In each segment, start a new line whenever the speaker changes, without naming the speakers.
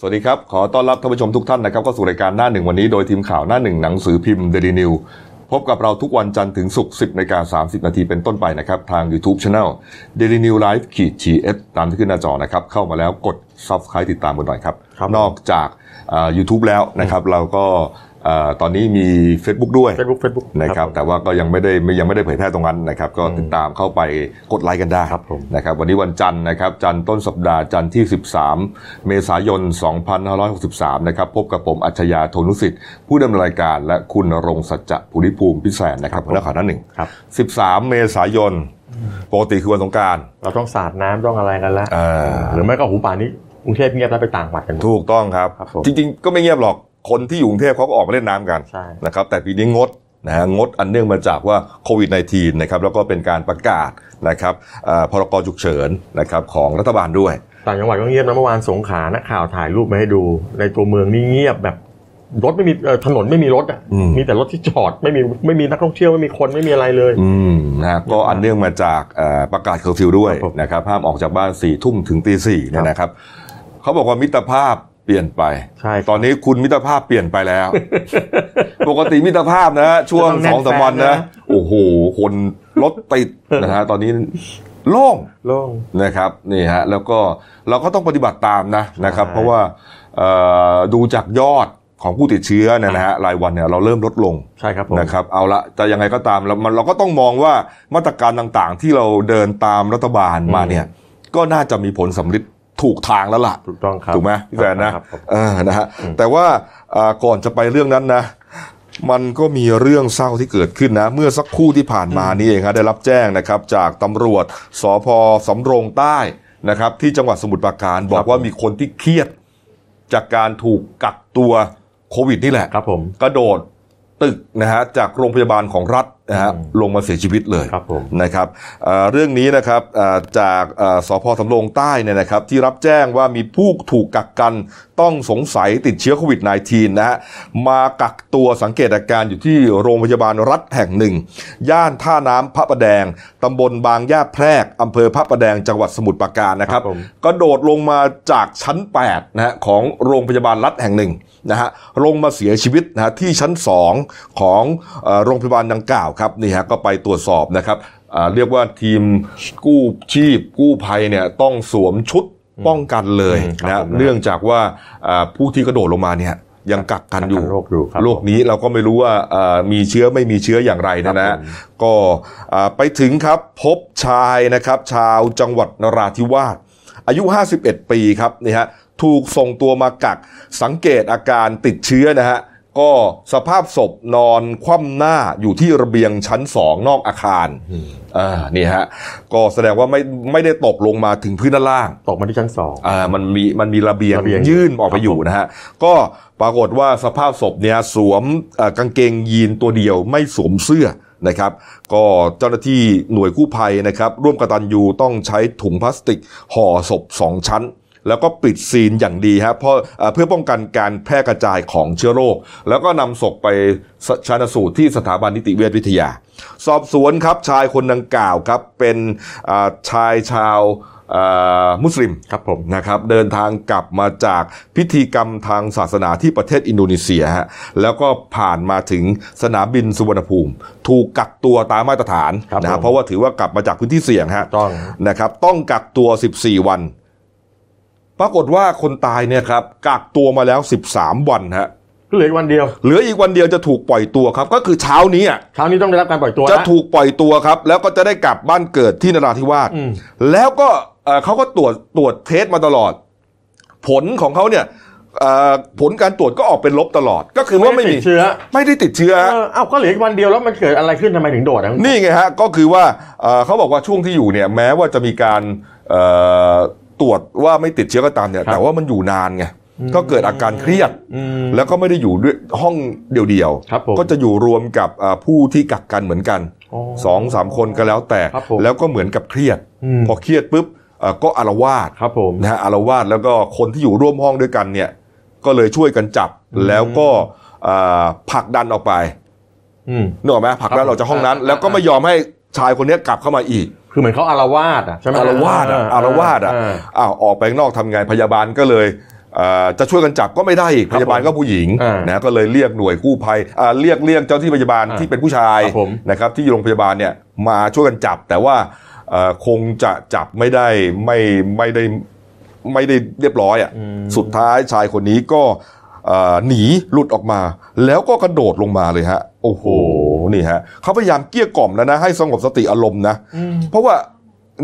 สวัสดีครับ ขอต้อนรับท่านผู้ชมทุกท่านนะครับเข้าสู่รายการหน้าหนึ่งวันนี้โดยทีมข่าวหน้าหนึ่งหนังสือพิมพ์เดลินิวพบกับเราทุกวันจันทร์ถึงศุกร์10นาฬิกา30 นาทีเป็นต้นไปนะครับ ทาง YouTube Channel Daily New Life ขีด GS ตามที่ขึ้นหน้าจอนะครับ เข้ามาแล้วกด Subscribe ติดตามกันหน่อยครับ
ครับ
นอกจากอ่า YouTube แล้วนะครับ เราก็อ่าตอนนี้มี Facebook ด้วย
Facebook Facebook
นะครับแต่ว่าก็ยังไม่ได้ไม่ยังไม่ได้เผยแพร่ตรงนั้นนะครับก็ติดตามเข้าไปกดไลค์กันได้
ครับผม
นะครับวันนี้วันจันทร์นะครับจันทร์ต้นสัปดาห์จันทร์ที่ 13 เมษายน 2563 นะครับพบกับผมอัจฉริยะโทนุสิทธิ์ ผู้ดำเนินรายการและคุณรงศักดิ์ภูริภูมิพิแสนนะครับหัวหน้าข่าวหน้าหนึ่ง
ครับ
13 เมษายน ปกติคือวันสงกราร
เราต้องสาดน้ำต้องอะไรกันแล้ว
เออ
หรือไม่ก็หูป่านนี้กรุงเทพเงียบแล้วไปต่างจังหวัดกันหมด
ถูกต้องครับ
ครับผม
จริงๆ ก็ไม่เงียบหรอกคนที่อยู่กรุงเทพเขาก็ออกมาเล่นน้ำกัน
ใช่
นะครับแต่ปีนี้งดนะฮะงดอันเนื่องมาจากว่าโควิด -19 นะครับแล้วก็เป็นการประกาศนะครับเอ่อพรกฉุกเฉินนะครับของรัฐบาลด้วย
ต่างจังหวัดก็เงียบนะเมื่อวานสงขลานักข่าวถ่ายรูปมาให้ดู ในตัวเมืองนี่เงียบแบบรถไม่มีเอ่อถนนไม่มีรถอ่ะ
อืม
มีแต่รถที่จอดไม่มีไม่มีนักท่องเที่ยวไม่มีคนไม่มีอะไรเลย
อืมนะฮะก็อันเนื่องมาจากเอ่อประกาศเคอร์ฟิวด้วย
ครับผม
นะครับห้ามออกจากบ้าน4ี่ทุ่มถึงตีสี่เนี่ย
ครับ
นะครับเขาบอกว่ามิตรภาพเปลี่ยนไป
ใช่
ตอนนี้คุณมิตรภาพเปลี่ยนไปแล้ว ปกติมิตรภาพนะฮะช่วงสองสามวันนะโอ้โหคนรถติดนะฮ ะตอนนี้โล่ง
โล่ง
นะครับนี่ฮะแล้วก็เราก็ต้องปฏิบัติตามนะนะครับ
ใช่
เพราะว่าเอ่อดูจากยอดของผู้ติดเชื้อเนยนะฮะรายวันเนี่ยเราเริ่มลดลง
ใช่ครับผม
นะครับเอาละจะยังไงก็ตามเรามันเราก็ต้องมองว่ามาตรการต่างๆ ที่เราเดินตามรัฐบาลมาเนี่ยก็น่าจะมีผลสำลิดถูกทางแล้วล่ะ
ถูกต้องครับ
ถูกไหมพี่แฟนนะครับ
ผม
เออนะฮะแต่ว่าเอ่อก่อนจะไปเรื่องนั้นนะ มันก็มีเรื่องเศร้าที่เกิดขึ้นนะ เมื่อสักครู่ที่ผ่านมานี่เองฮะได้รับแจ้งนะครับจากตำรวจสพสำโรงใต้นะครับ ที่จังหวัดสมุทรปราการบอกว่ามีคนที่เครียด จากการถูกกักตัวโควิดนี่แหละ
ครับผม
กระโดดตึกนะฮะจากโรงพยาบาลของรัฐนะฮะ
อืม
ลงมาเสียชีวิตเลย
ครับผม
นะครับเอ่อเรื่องนี้นะครับเอ่อจากเอ่อสพสำโรงใต้เนี่ยนะครับที่รับแจ้งว่ามีผู้ถูกกักกันต้องสงสัยติดเชื้อโควิด -19 นะฮะมากักตัวสังเกตอาการอยู่ที่โรงพยาบาลรัฐแห่งหนึ่ง ย่านท่าน้ำพระประแดงตำบลบางย่าแพรกอำเภอพระประแดงจังหวัดสมุทรปราการนะครับ
ครับผม
กระโดดลงมาจากชั้น8นะฮะของโรงพยาบาลรัฐแห่งหนึ่งนะฮะลงมาเสียชีวิตนะฮะที่ชั้น 2 ของเอ่อโรงพยาบาลดังกล่าวครับนี่ฮะก็ไปตรวจสอบนะครับอ่าเรียกว่าทีมกู้ชีพ กู้ภัยเนี่ยต้องสวมชุดป้องกันเลย
อืม
นะ
ครั
ฮะ
บผมนะ
เนื่องจากว่าอ่าผู้ที่กระโดดลงมาเนี่ยยังกักกันอยู่
กักกันโรคอยู่ครับ
โรคนี้เราก็ไม่รู้ว่าอ่ามีเชื้อไม่มีเชื้ออย่างไรนะ
ครั
นะ
บผม
ก็อ่าไปถึงครับพบชายนะครับ ชาวจังหวัดนราธิวาสอายุ 51 ปีครับนี่ฮะถูกส่งตัวมากักสังเกตอาการติดเชื้อนะฮะก็สภาพศพนอนคว่ำหน้าอยู่ที่ระเบียงชั้นสองนอกอาคารอ่านี่ฮะก็แสดงว่าไม่ไม่ได้ตกลงมาถึงพื้นด้านล่าง
ตกมาที่ชั้นสอง
อ่ามันมีมันมีระเบียง
ระเบียง
ยื่นออกไปอยู่นะฮะก็ปรากฏว่าสภาพศพเนี่ยสวมเอ่อกางเกงยีนตัวเดียวไม่สวมเสื้อนะครับ ก็เจ้าหน้าที่หน่วยกู้ภัยนะครับ ร่วมกตันยูต้องใช้ถุงพลาสติกห่อศพสองชั้น แล้วก็ปิดซีนอย่างดีฮะเพราะเอ่อเพื่อป้องกันการแพร่กระจายของเชื้อโรค แล้วก็นำศพไปสชันสูตรที่สถาบันนิติเวชวิทยา สอบสวนครับชายคนดังกล่าวครับเป็นอ่าชายชาวอ่ามุสลิม
ครับผม
นะครับเดินทางกลับมาจากพิธีกรรมทางศาสนาที่ประเทศอินโดนีเซียฮะแล้วก็ผ่านมาถึงสนามบินสุวรรณภูมิ ถูกกักตัวตามมาตรฐาน
ครับ
นะฮะ
ผม
เพราะว่าถือว่ากลับมาจากพื้นที่เสี่ยงฮะ
ต้อง
นะครับต้องกักตัว 14 วัน ปรากฏว่าคนตายเนี่ยครับกักตัวมาแล้ว 13 วันฮะ
ก็เหลืออีกวันเดียว
เหลืออีกวันเดียวจะถูกปล่อยตัวครับ ก็คือเช้านี้อะ
เช้านี้ต้องได้รับการปล่อยตัว
จะ
แล้ว
ถูกปล่อยตัวครับ แล้วก็จะได้กลับบ้านเกิดที่นราธิวาส
อืม
แล้วก็เอ่อเขาก็ตรวจตรวจเทสมาตลอด ผลของเขาเนี่ยเอ่อผลการตรวจก็ออกเป็นลบตลอด ก็คือว่าไม่
ติ
มี
ดเชื้อ
ไม่ได้ติดเชื้อ
เออเอ้าก็เหลืออีกวันเดียวแล้วมันเกิดอะไรขึ้นทำไมถึงโดดอ่ะ
นี่ไงฮะก็คือว่าเอ่อเขาบอกว่าช่วงที่อยู่เนี่ยแม้ว่าจะมีการเอ่อตรวจว่าไม่ติดเชื้อก็ตามเนี่ย
ครับ
แต่ว่ามันอยู่นานไงก็เกิดอาการเครียด
อืม
แล้วก็ไม่ได้อยู่ด้วยห้องเดียว
ครับผม
ก็จะอยู่รวมกับอ่าผู้ที่กักกันเหมือนกัน
อ๋อ
สองสามคนก็แล้วแต่
ครับผม
แล้วก็เหมือนกับเครียด
อืม
พอเครียดปุ๊บเอ่อก็อารวาส
ครับผม
นะฮะอารวาสแล้วก็คนที่อยู่ร่วมห้องด้วยกันเนี่ย ก็เลยช่วยกันจับแล้วก็อ่าผลักดันออกไป
อืม
นึกออกไหมผลักดันออกจากห้องนั้น
อ่า
แล้วก็ไม่ยอมให้ชายคนเนี้ยกลับเข้ามาอีก
คือเหมือนเขาอารวาสอ่ะใช่ไหม
อารวาสอ่ะอารวาสอ่ะ
เ
อ้าวออกไปข้างนอกทำไงพยาบาลก็เลย เอ่อจะช่วยกันจับก็ไม่ได้อีกพยาบาลก็ผู้หญิง
อ่า
นะก็เลยเรียกหน่วยกู้ภัยอ่าเรียกเรียกเจ้าที่พยาบาล
อ่า
ที่เป็นผู้ชาย
ครับผม
นะครับที่อยู่โรงพยาบาลเนี่ยมาช่วยกันจับ แต่ว่าเอ่อคงจะจับไม่ได้ไม่ไม่ได้ไม่ได้เรียบร้อยอ่ะ สุดท้ายชายคนนี้ก็เอ่อหนีหลุดออกมา แล้วก็กระโดดลงมาเลยฮะ โอ้โหนี่ฮะเขาพยายามเกลี้ยกล่อมแล้วนะให้สงบสติอารมณ์นะ
อืม
เพราะว่า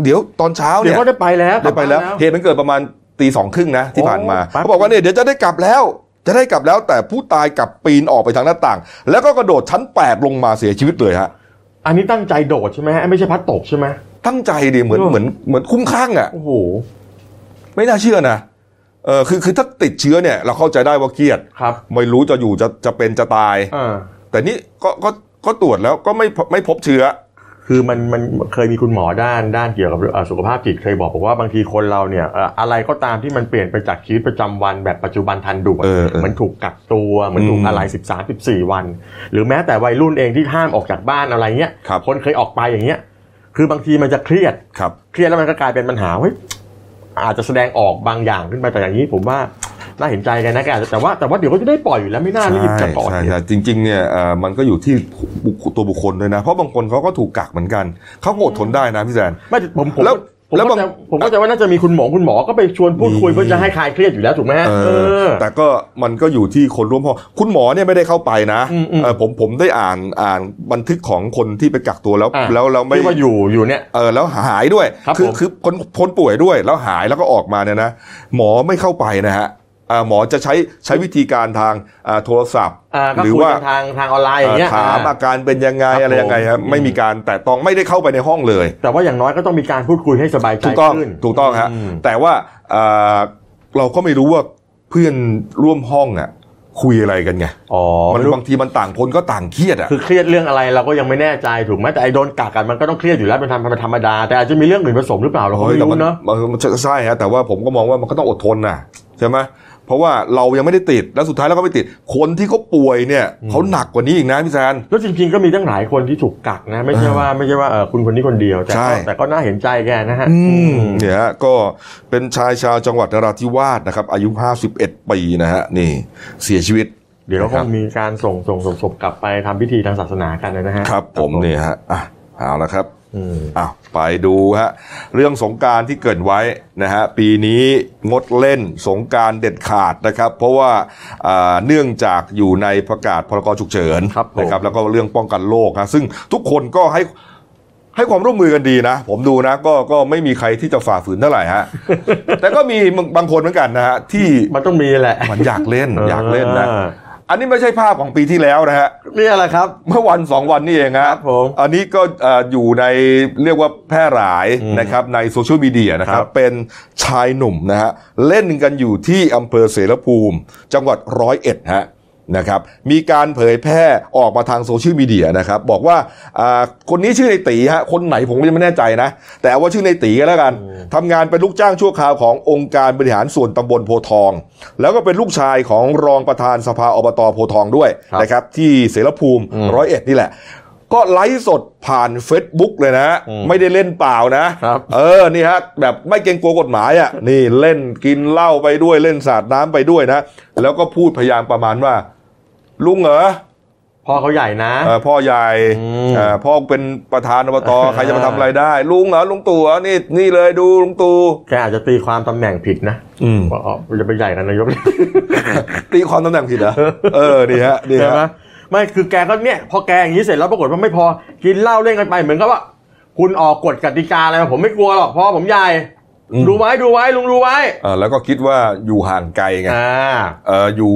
เดี๋ยวตอนเช้า
เดี๋
เนี่
ยวย ก็ได้ไปแล้ว
ได้ไปแล้ว
กบบ้าน
เหตุมันเกิดประมาณตีสองครึ่งนะที่
โอ้
ผ่านมา
แป๊บ
เขาบอกว่าเนี่ยเดี๋ยวจะได้กลับแล้ว จะได้กลับแล้วแต่ผู้ตายกลับปีนออกไปทางหน้าต่าง แล้วก็กระโดดชั้น 8 ลงมาเสียชีวิตเลยฮะ
อันนี้ตั้งใจโดดใช่ไหมฮะไม่ใช่พัดตกใช่ไหม
ตั้งใจดีเหมือน
โอ้
เหมือนเหมือนคุ้มข้างอ่ะ
โอ้โห
ไม่น่าเชื่อนะเออคือคือถ้าติดเชื้อเนี่ยเราเข้าใจได้ว่าเครียด
ครับ
ไม่รู้จะอยู่จะจะเป็นจะตาย
อ่า
แต่นี่ก็ก็ก็ตรวจแล้วก็ไม่พบไม่พบเชื้อ
คือมันมันเคยมีคุณหมอด้านด้านเกี่ยวกับเอ่อสุขภาพจิตเคยบอกบอกว่าบางทีคนเราเนี่ยเอ่ออะไรก็ตามที่มันเปลี่ยนไปจากชีวิตประจำวันแบบปัจจุบันทันด่วน
เออเออ
เหมือนถูกกักตัวเหมือนถูก
อืม
อะไร 13 14 วัน หรือแม้แต่วัยรุ่นเองที่ห้ามออกจากบ้านอะไรเงี้ย
ครับ
คนเคยออกไปอย่างเงี้ย คือบางทีมันจะเครียด
ครับ
เครียดแล้วมันก็กลายเป็นปัญหาเฮ้ยอาจจะแสดงออกบางอย่างขึ้นไปแต่อย่างนี้ผมว่าน่าเห็นใจกันนะแกอาจจะแต่ว่าแต่ว่าเดี๋ยวก็จะได้ปล่อยอยู่แล้วไม่น่ารีบจะก่อ
ใช่
เหตุ
ใช่จริงๆเนี่ยเอ่อมันก็อยู่ที่บุคตัวบุคคลด้วยนะ เพราะบางคนเขาก็ถูกกักเหมือนกัน เขาก็อดทนได้นะพี่แซน
ไม่ผมผม
แล้ว
ผม
แล้ว
ก็
บาง
จะผมก็จะว่าน่าจะมีคุณหมอคุณหมอก็ไปชวนพูดคุยเพื่อจะให้คลายเครียดอยู่แล้วถูกไหมฮะ
เอ
เอ
อ
อ
แต่ก็มันก็อยู่ที่คนร่วมห้องคุณหมอเนี่ยไม่ได้เข้าไปนะ
อืมอืม
เออผมผมได้อ่านอ่านบันทึกของคนที่ไปกักตัวแล้ว
อ่ะ
แล้วแล้วไม่
ที่ว่าอยู่อยู่เนี่ย
เออแล้วหายด้วย
ครับ
อ
ผม
คือคนคนป่วยด้วยแล้วหายแล้วก็ออกมาเนี่ยนะหมอไม่เข้าไปนะฮะอ่าหมอจะใช้ใช้วิธีการทางอ่าโทรศัพท์
าก็
หรือ
คุย
ว่า
กันทางทางออนไลน์อย่างเงี้ย
ถาม
อ่า
อาการเป็นยังไง
ครับ
อะไรยังไงครับ
ผม
ไม่มีการแต่ต้องไม่ได้เข้าไปในห้องเลย
แต่ว่าอย่างน้อยก็ต้องมีการพูดคุยให้สบายใจ
ถูกต้อง
ขึ้น
ถูกต้องฮะ
ม
แต่ว่าอ่าเราก็ไม่รู้ว่าเพื่อนร่วมห้องอ่ะคุยอะไรกันไง
อ๋อ
มันบางทีมันต่างคนก็ต่างเครียดอ่ะ
คือเครียดเรื่องอะไรเราก็ยังไม่แน่ใจถูกไหมแต่ไอ้โดนกักกันมันก็ต้องเครียดอยู่แล้วเป็นธรรมธรรมดา แต่อาจจะมีเรื่องอื่นผสมหรือเปล่าเราก็
เฮ้ย
ไม่
แต่
รู้
มัน
เนาะ
มันใช่ฮะแต่ว่าผมก็มองว่ามันก็ต้องอดทนนะใช่ไหมเพราะว่าเรายังไม่ได้ติดแล้วสุดท้ายเราก็ไม่ติด คนที่เขาป่วยเนี่ยเขาหนักกว่านี้อีกนะพี่แซน
แล้วจริงๆก็มีตั้งหลายคนที่ถูกกักนะ ไม่ใช่ว่าไม่ใช่ว่าเออคุณคนนี้คนเดียวแต่
ใช่
ก็แต่ก็น่าเห็นใจแกนะฮะ
เนี่ยฮะก็เป็นชายชาวจังหวัดนราธิวาสนะครับอายุ 51 ปีนะฮะนี่เสียชีวิต
เดี๋ยวเรา
ค
ครับ งมีการส่งส่งส่งศพกลับไปทำพิธีทางศาสนากันนะฮะ
ครับผมเนี่ยฮะอ่ะเอาละครับ
อืม
อ้าวไปดูฮะเรื่องสงกรารที่เกริดไว้นะฮะปีนี้งดเล่นสงกรารเด็ดขาดนะครับ เพราะว่าอ่าเนื่องจากอยู่ในประกาศพรกฉุกเฉิน
ครับผม
นะครับแล้วก็เรื่องป้องกันโรคฮะซึ่งทุกคนก็ให้ให้ความร่วมมือกันดีนะ ผมดูนะก็ก็ไม่มีใครที่จะฝ่าฝืนเท่าไหร่ฮะ แต่ก็มีบางคนเหมือนกันนะฮะที่
มันต้องมีแหละ
มันอยากเล่นอยากเล่นนะ
ออ
อันนี้ไม่ใช่ภาพของปีที่แล้วนะฮะ
นี่แหละครับ
เมื่อวันสองวันนี่เองฮะ
ครับผม
อันนี้ก็เอ่ออยู่ในเรียกว่าแพร่หลาย
อืม
นะครับในโซเชียลมีเดียนะครับ
ครับ
เป็นชายหนุ่มนะฮะเล่นกันอยู่ที่อำเภอเสรภูมิ จังหวัดร้อยเอ็ดฮะนะครับ มีการเผยแพร่ออกมาทางโซเชียลมีเดียนะครับ บอกว่าอ่าคนนี้ชื่อในตีฮะคนไหนผมก็ยังไม่แน่ใจนะ แต่เอาว่าชื่อในตีก็แล้วกันทำงานเป็นลูกจ้างชั่วคราวขององค์การบริหารส่วนตำบลโพทอง แล้วก็เป็นลูกชายของรองประธานสภาอบตโพทองด้วย
ครับ
นะครับที่เสรภูมิ
อืม
ร้อยเอ็ดนี่แหละ ก็ไลฟ์สดผ่าน Facebook เลยนะ
อืม
ไม่ได้เล่นเปล่านะ
ครับ
เออ นี่ฮะ แบบไม่เกรงกลัวกฎหมายอะ่ะ นี่เล่นกินเหล้าไปด้วยเล่นสาดน้ำไปด้วยนะ แล้วก็พูดพยายามประมาณว่า ลุงเหรอ
พ่อเขาใหญ่นะ
เออพ่อใหญ่
อืม
เออพ่อเป็นประธานอบตใครจะมาทำอะไรได้ ลุงเหรอลุงตู่เหรอนี่นี่เลยดูลุงตู่
แกอาจจะตีความตำแหน่งผิดนะ
อืม
ว่าอ๋อจะไปใหญ่กันนายก
ตีความตำแหน่งผิดเหรอเออนี่ฮะนี่
ใช่ไหม
ฮะ
ไม่คือแกก็เนี่ยพอแกอย่างนี้เสร็จแล้วปรากฏว่าไม่พอกินเหล้าเล่นกันไปเหมือนกับว่า คุณออกกฎกติกาอะไรมาผมไม่กลัวหรอกเพราะผมใหญ่ดูไว้ดูไว้ลุงดูไว้
เออแล้วก็คิดว่าอยู่ห่างไกลไง
อ่า
เอออยู่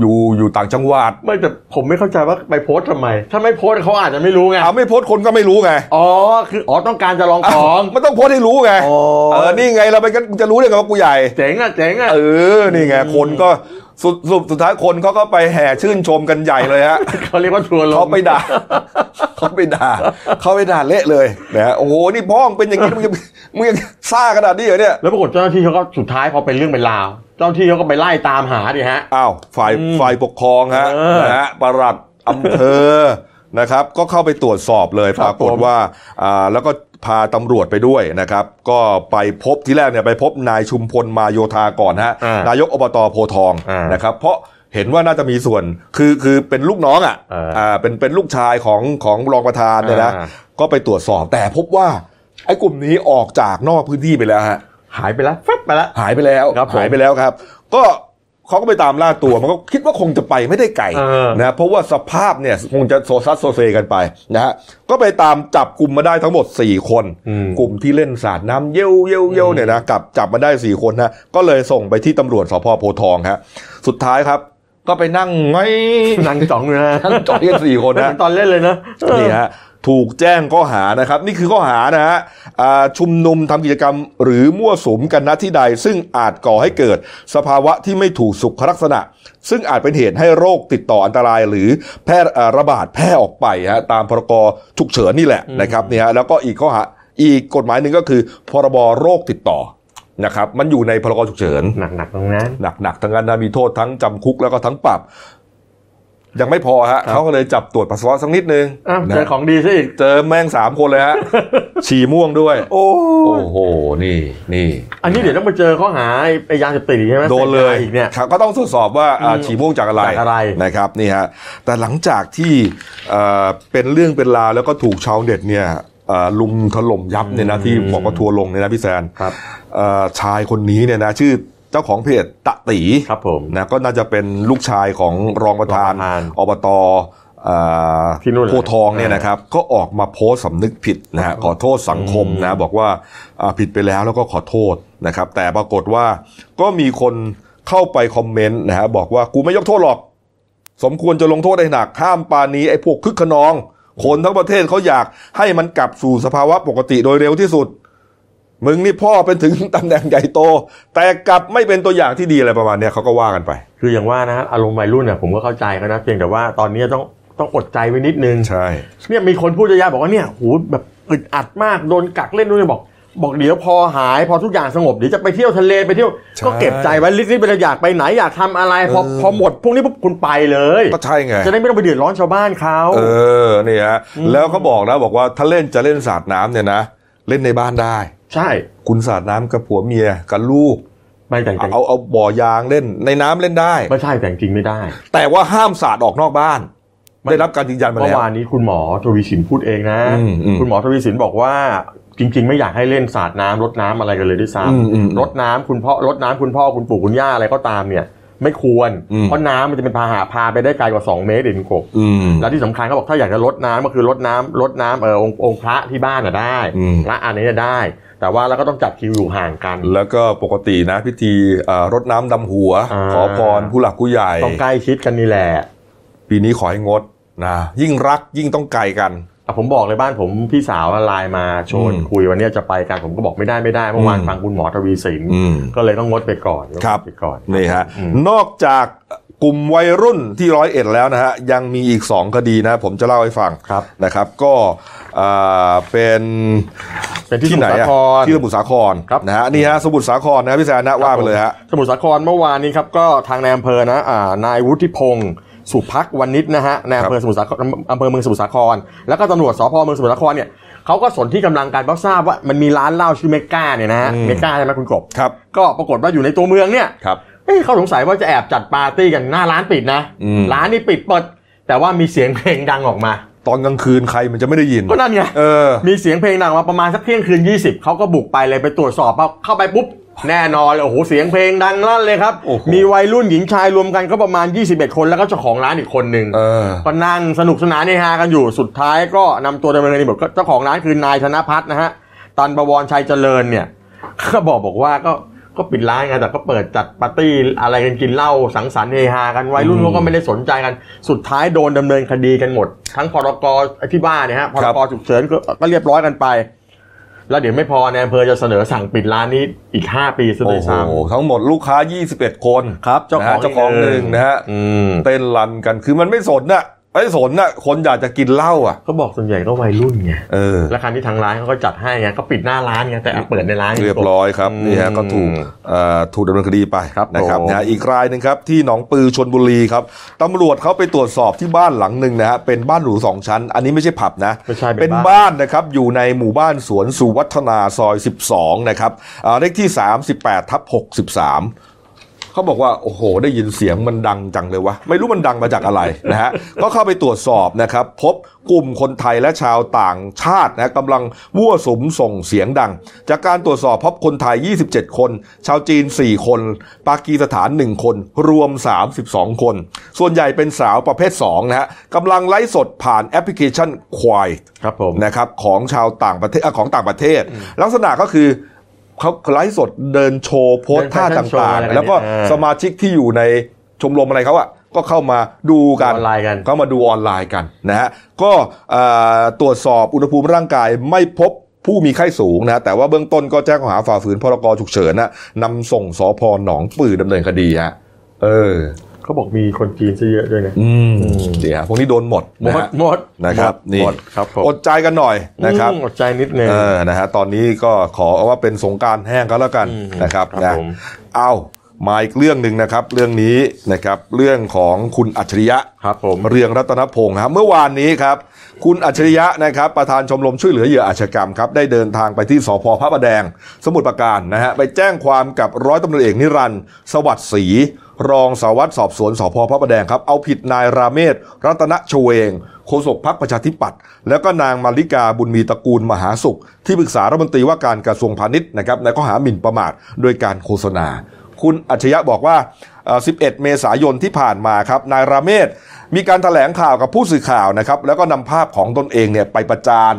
อยู่อยู่ต่างจังหวัด
ไม่แต่ผมไม่เข้าใจว่าไปโพสต์ทำไม ถ้าไม่โพสต์เขาอาจจะไม่รู้ไง
เอาไม่โพสต์คนก็ไม่รู้ไง
อ๋อ คือ อ๋อ ต้องการจะลองของ
มันต้องโพสต์ให้รู้ไง
อ๋อ
เออ นี่ไงเราไปกันจะรู้ได้ไงว่ากูใหญ่
เจ๋งอ่ะ เจ๋งอ่ะ
เออ นี่ไง คนก็สุดสุดสุดท้ายคนเขาก็ไปแห่ชื่นชมกันใหญ่เลยฮะ
เขาเรียกว่าทัวร์ลง
เขาไป ด่า เขาไปด่า เขาไปด่าเละเลยนะฮะโอ้โห นี่พ้องเป็นอย่างนี้มึงยังมึงยังซ่าขนาดนี้เหรอเนี่ย
แล้วปรากฏเจ้าหน้าที่เขาก็สุดท้ายพอเป็นเรื่องเป็นราว เจ้าหน้าที่เขาก็ไปไล่ตามหาดิฮะ
อ้าว ฝ่ายฝ่ายปกครองฮะ
เออ
นะฮะประหลั ดอำเภอ นะครับ ก็เข้าไปตรวจสอบเลย
ค
ป
รับ
รากฏว่าอ่า แล้วก็ พาตำรวจไปด้วยนะครับ ก็ไปพบที่แรกเนี่ยไปพบนายชุมพลมาโยธาก่อนฮะ
อ่าน
ายกอบตโพทอง
อ่าน
นะครับเพราะเห็นว่าน่าจะมีส่วนคือคือเป็นลูกน้องอ่ะ
อ่า
อ่าเป็นเป็นลูกชายของของรองประธานเนี่ยนะ
อ่า
ก็ไปตรวจสอบแต่พบว่าไอ้กลุ่มนี้ออกจากนอกพื้นที่ไปแล้วฮะ
หายไปแล้วแฟบไปแล้ว
หายไปแล้ว
ครับผม
หายไปแล้วครับ ก็เขาก็ไปตามล่าตัวมันก็คิดว่าคงจะไปไม่ได้ไกล
เออ
นะเพราะว่าสภาพเนี่ยคงจะโซซัสโซเซกันไปนะฮะก็ไปตามจับกลุ่มมาได้ทั้งหมด 4 คน กลุ่มที่เล่นสาดน้ำเยี่ยวเยี่ยวเยี่ยวเนี่ยนะกลับจับมาได้ 4 คนนะก็เลยส่งไปที่ตำรวจสพโพทองฮะสุดท้ายครับ ก็ไปนั่งไง
นางจ่องเลยนะ
นั่งจอดกันสี่คน
ไม่
นะ
เหมือนตอนเล่นเลยนะเออ
นี่ฮะถูกแจ้งข้อหานะครับ นี่คือข้อหานะฮะอ่าชุมนุมทำกิจกรรมหรือมั่วสุมกันณที่ใด ซึ่งอาจก่อให้เกิดสภาวะที่ไม่ถูกสุขลักษณะ ซึ่งอาจเป็นเหตุให้โรคติดต่ออันตรายหรือแพร่อ่าระบาดแพร่ออกไปฮะตามพรกฉุกเฉินนี่แหละนะครับเนี่ยฮะแล้วก็อีกข้อหาอีกกฎหมายหนึ่งก็คือ พรบโรคติดต่อนะครับ มันอยู่ในพรกฉุกเฉิน
หนักๆตรงนั้น
หนักๆ ทั้งนั้นนะมีโทษทั้งจำคุกแล้วก็ทั้งปรับ ยังไม่พอฮะเขาก็เลยจับตรวจปัสสาวะสักนิดนึง
อ่ะ
นะ
เจอของดีซะอีก
เจอแม่งสามคน เลยฮะ ฉี่ม่วงด้วย โอ้โห นี่นี่
อันนี้เดี๋ยวต้องไปเจอข้อหาไอ้ไอ้ยาเสพติดอีกใช่ไหม
โดนเลย
สพาอีกเนี่ย
ครับก็ต้องตรวจสอบว่าอ่า
อืม
ฉี่ม่วงจากอะไร
จากอะไร
นะครับนี่ฮะแต่หลังจากที่เอ่อเป็นเรื่องเป็นราวแล้วก็ถูกชาวเน็ตเนี่ยเอ่อลุมถล่มยับเนี่ยนะที่บอกว่าทัวร์ลงเนี่ยนะพี่แซน
ครับ
เอ่อชายคนนี้เนี่ยนะชื่อเจ้าของเพจตะตี
ครับผม
นะก็น่าจะเป็นลูกชายของรองประธาน
รองประ
อบต
ธาน
อ่า
ที่นู่นเลย
โพธิ์ทองเนี่ยนะครับ ก็ออกมาโพสต์สำนึกผิดนะฮะขอโทษสังคมนะบอกว่าอ่าผิดไปแล้วแล้วก็ขอโทษนะครับ แต่ปรากฏว่าก็มีคนเข้าไปคอมเมนต์นะฮะบอกว่ากูไม่ยกโทษหรอก สมควรจะลงโทษให้หนักห้ามปานนี้ไอ้พวกคึกขนอง คนทั้งประเทศเขาอยากให้มันกลับสู่สภาวะปกติโดยเร็วที่สุด มึงนี่พ่อเป็นถึงตำแหน่งใหญ่โต แต่กลับไม่เป็นตัวอย่างที่ดีอะไรประมาณเนี้ยเขาก็ว่ากันไป
คืออย่างว่านะฮะอารมณ์วัยรุ่นเนี่ยผมก็เข้าใจเขานะ เพียงแต่ว่าตอนนี้ต้องต้องอดใจไว้นิดนึง
ใช่
เนี่ยมีคนพูดเยอะแยะบอกว่าเนี่ยโหแบบอึดอัดมากโดนกักเล่นนู่นนี่บอก บอกเดี๋ยวพอหายพอทุกอย่างสงบเดี๋ยวจะไปเที่ยวทะเลไปเที่ยว
ใช่
ก็เก็บใจไว้ลิสต์นี่เป็นอยากไปไหนอยากทำอะไรพอ
เออ
พอหมดพวกนี้ปุ๊บคุณไปเลย
ก็ใช่ไง
จะได้ไม่ต้องไปเดือดร้อนชาวบ้านเขา
เออนี่ฮะแล้วเขาบอกนะบอกว่าถ้าเล่นจะเล่นสาดน้ำเนี่ยนะ เล่นในบ้านได้
ใช่
คุณสาดน้ำกับผัวเมียกับลูก
ไม่แต่ง
เอาเอาเอาบ่อยางเล่นในน้ำเล่นได้
ไม่ใช่แต่งจริงไม่ได้
แต่ว่าห้ามสาดออกนอกบ้าน
มัน
ได้รับการยืนยันมา
เมื่
แล้
อ
ว
วานนี้คุณหมอทวีสินพูดเองนะ
อืมอืม
คุณหมอทวีสินบอกว่าจริง ๆ ไม่อยากให้เล่นสาดน้ำรดน้ำอะไรกันเลยด้วยซ้
อืมอืม
ำรดน้ำคุณพ่อรดน้ำคุณพ่อคุณปู่คุณย่าอะไรก็ตามเนี่ย ไม่ควร
อืม
เพราะน้ำมันจะเป็นพาหะพาไปได้ไกลกว่า 2 เมตรเด่นกบ
อืม
แล้วที่สำคัญเขาบอกถ้าอยากจะรดน้ำก็คือรดน้ำรดน้ำเออองค์องค์พระที่บ้านน่ะได้
อืม
พระอันนี้น่ะได้ แต่ว่าเราก็ต้องจัดคิวอยู่ห่างกัน
แล้วก็ปกตินะพิธีเอ่อรดน้ำดำหัว
อ่า
ขอพรผู้หลักผู้ใหญ่
ต้องใกล้ชิดกันนี่แหละ
ปีนี้ขอให้งดนะยิ่งรักยิ่งต้องไกลกัน
อ่ะผมบอกเลยบ้านผมพี่สาวไลน์มาชวน
อืม
คุยวันเนี้ยจะไปกันผมก็บอกไม่ได้ไม่ได้เมื่อวาน
อืม
ฟังคุณหมอทวีสิน
อืม
ก็เลยต้องงดไปก่อน
ครับ
งดไปก่อน
นี่ฮะ
อืม
นอกจากกลุ่มวัยรุ่นที่ร้อยเอ็ดแล้วนะฮะยังมีอีก 2 คดีนะ ผมจะเล่าให้ฟัง
ครับ
นะครับ ก็อ่าเป็น
เป็นที่สมุทรสา
อะ
คร
ที่สมุทรสาคร
ครับ
นะฮะนี่ฮะสมุทรสาครนะพี่แซนนะว่าไปเลยฮะ
สมุทรสาครเมื่อวานนี้ครับก็ทางในายอำเภอนะอ่านายวุฒิพงศ์สุพักวันนิดนะฮะในายอำเภอสมุทรสาครอำเภอเมืองสมุทรสาคร แล้วก็ตำรวจสพเมืองสมุทรสาครเนี่ยเขาก็สนที่กำลังกันเพราะทราบว่ามันมีร้านเหล้าชื่อเมก้าเนี่ยนะฮะ
อืม
เมก้าใช่ไหมคุณกบ
ครับ
ก็ปรากฏว่าอยู่ในตัวเมืองเนี่ย
ครับ
เอ้ยเขาสงสัยว่าจะแอบจัดปาร์ตี้กันหน้าร้านปิดนะ
อืม
ร้านนี่ปิดเปิด แต่ว่ามีเสียงเพลงดังออกมา
ตอนกลางคืนใครมันจะไม่ได้ยิน
ก็นั่นไง
เออ
มีเสียงเพลงดังมาประมาณสักเที่ยงคืน 20 เขาก็บุกไปเลยไปตรวจสอบเข้าไปปุ๊บ แน่นอนเลยโอ้โหเสียงเพลงดังลั่นเลยครับ
โอ้โห
มีวัยรุ่นหญิงชายรวมกันก็ประมาณ 21 คนแล้วก็เจ้าของร้านอีกคนหนึ่ง
เออ
ก็นั่งสนุกสนานเฮฮากันอยู่สุดท้ายก็นำตัวดำเนินคดีหมดก็เจ้าของร้านคือนายธนพัฒน์นะฮะตันประวรชัยเจริญเนี่ย ก็บอกบอกว่าก็ก็ปิดร้านไงแต่ก็เปิดจัดปาร์ตี้อะไรกันกินเหล้าสังสรรค์เฮฮากันวัยรุ่นเขาก็ไม่ได้สนใจกันสุดท้ายโดนดำเนินคดีกันหมด ทั้งพรกที่บ้านเนี่ยฮะพ
ค
ร
รับ
กฉุกเฉินก็ก็เรียบร้อยกันไป แล้วเดี๋ยวไม่พอในอำเภอจะเสนอสั่งปิดร้านนี้อีก 5 ปีซะด้
โอ้
วย
โห
ซ้
ทั้งหมดลูกค้า 21 คน
ครับเจ้าขอ
นะฮะ
ง
เจ้าของหนึ่งนะฮะ
ำอืม
เต้นรันกันคือมันไม่สนน่ะ ไอ้สนน่ะคนอยากจะกินเหล้าอ่ะ
เขาบอกส่วนใหญ่ก็วัยรุ่นไง
เออ
ราคาที่ทางร้านเขาก็จัดให้ไงก็ปิดหน้าร้านไงแต่เปิดในร้าน
เรียบร้อยครับ
อืม
นี่ฮะก็ถูกเอ่อถูกดำเนินคดีไป
ครับ
นะครับ
ผม
นะฮะอีกรายหนึ่งครับที่หนองปือชนบุรีครับตำรวจเขาไปตรวจสอบที่บ้านหลังหนึ่งนะฮะเป็นบ้านหรูสองชั้น อันนี้ไม่ใช่ผับนะ
ไม่ใช่
เป็
เป็น นบ้าน
บ้านนะครับอยู่ในหมู่บ้านสวนสุวัฒนาซอย 12 นะครับอ่าเลขที่ 38ทับ63 เขาบอกว่า โอ้โห ได้ยินเสียงมันดังจังเลยวะ ไม่รู้มันดังมาจากอะไร นะฮะ ก็เข้าไปตรวจสอบนะครับ พบกลุ่มคนไทยและชาวต่างชาตินะกำลังมั่วสุมส่งเสียงดัง จากการตรวจสอบพบคนไทย 27 คน ชาวจีน 4 คน ปากีสถาน 1 คน รวม 32 คน ส่วนใหญ่เป็นสาวประเภท 2 นะฮะกำลังไลฟ์สดผ่านแอปพลิเคชันควาย
ครับผม
นะครับของชาวต่างประเทศเอ่อของต่างประเทศ ลักษณะก็คือเขาไลฟ์สดเดินโชว์โพส
เดิน
ท่า
fashion
ต่าง
show อะไร
ๆ แล้วก็
แบบนี้อ่า
สมาชิกที่อยู่ในชมรมอะไรเขาอ่ะก็เข้ามาดูกัน
ดูออนไลน์กัน
เข้ามาดูออนไลน์กันนะฮะก็เอ่อตรวจสอบอุณหภูมิร่างกายไม่พบผู้มีไข้สูงนะแต่ว่าเบื้องต้นก็แจ้งข้อหาฝ่าฝืนพรกฉุกเฉินนะนำส่งสพหนองปือดำเนินคดีฮะเออ
เขาบอกมีคนจีนซะเยอะด้วยนะ
อืมดีฮะพวกนี้โดนหมด
หม
นะ
ด
ฮะ
หมด
นะครับ
หมด
นี่
หมดครับผม
อดใจกันหน่อยนะครับ
อืมอดใจนิดนึง
เออ นะฮะ ตอนนี้ก็ขอเอาว่าเป็นสงกรารแห้งก็แล้วกัน
อืม
นะครับ
ครับ
นะ
ผม
เอามาอีกเรื่องหนึ่งนะครับ เรื่องนี้นะครับ เรื่องของคุณอัจฉริยะ
ครับผม
เรืองรัตนพงศ์ครับเมื่อวานนี้ครับ คุณอัจฉริยะนะครับ ประธานชมรมช่วยเหลือเหยื่ออาชญากรรมครับ ได้เดินทางไปที่สพพระประแดง สมุทรปราการนะฮะไปแจ้งความกับร้อยตำรวจเอกนิรันดร์สวัสดิ์ศรีรองสารวัตรสอบสวนสพพระประแดงครับ เอาผิดนายราเมศรัตนชเวงโฆษกพักประชาธิปัตย์แล้วก็นางมาริกาบุญมีตระกูลมหาสุข ที่ปรึกษารัฐมนตรีว่าการกระทรวงพาณิชย์นะครับในข้อหาหมิ่นประมาทโดยการโฆษณา คุณอัจฉริยะบอกว่าเอ่อ11 เมษายนที่ผ่านมาครับ นายราเมศมีการถแถลงข่าวกับผู้สื่อข่าวนะครับ แล้วก็นำภาพของตนเองเนี่ยไปประจาน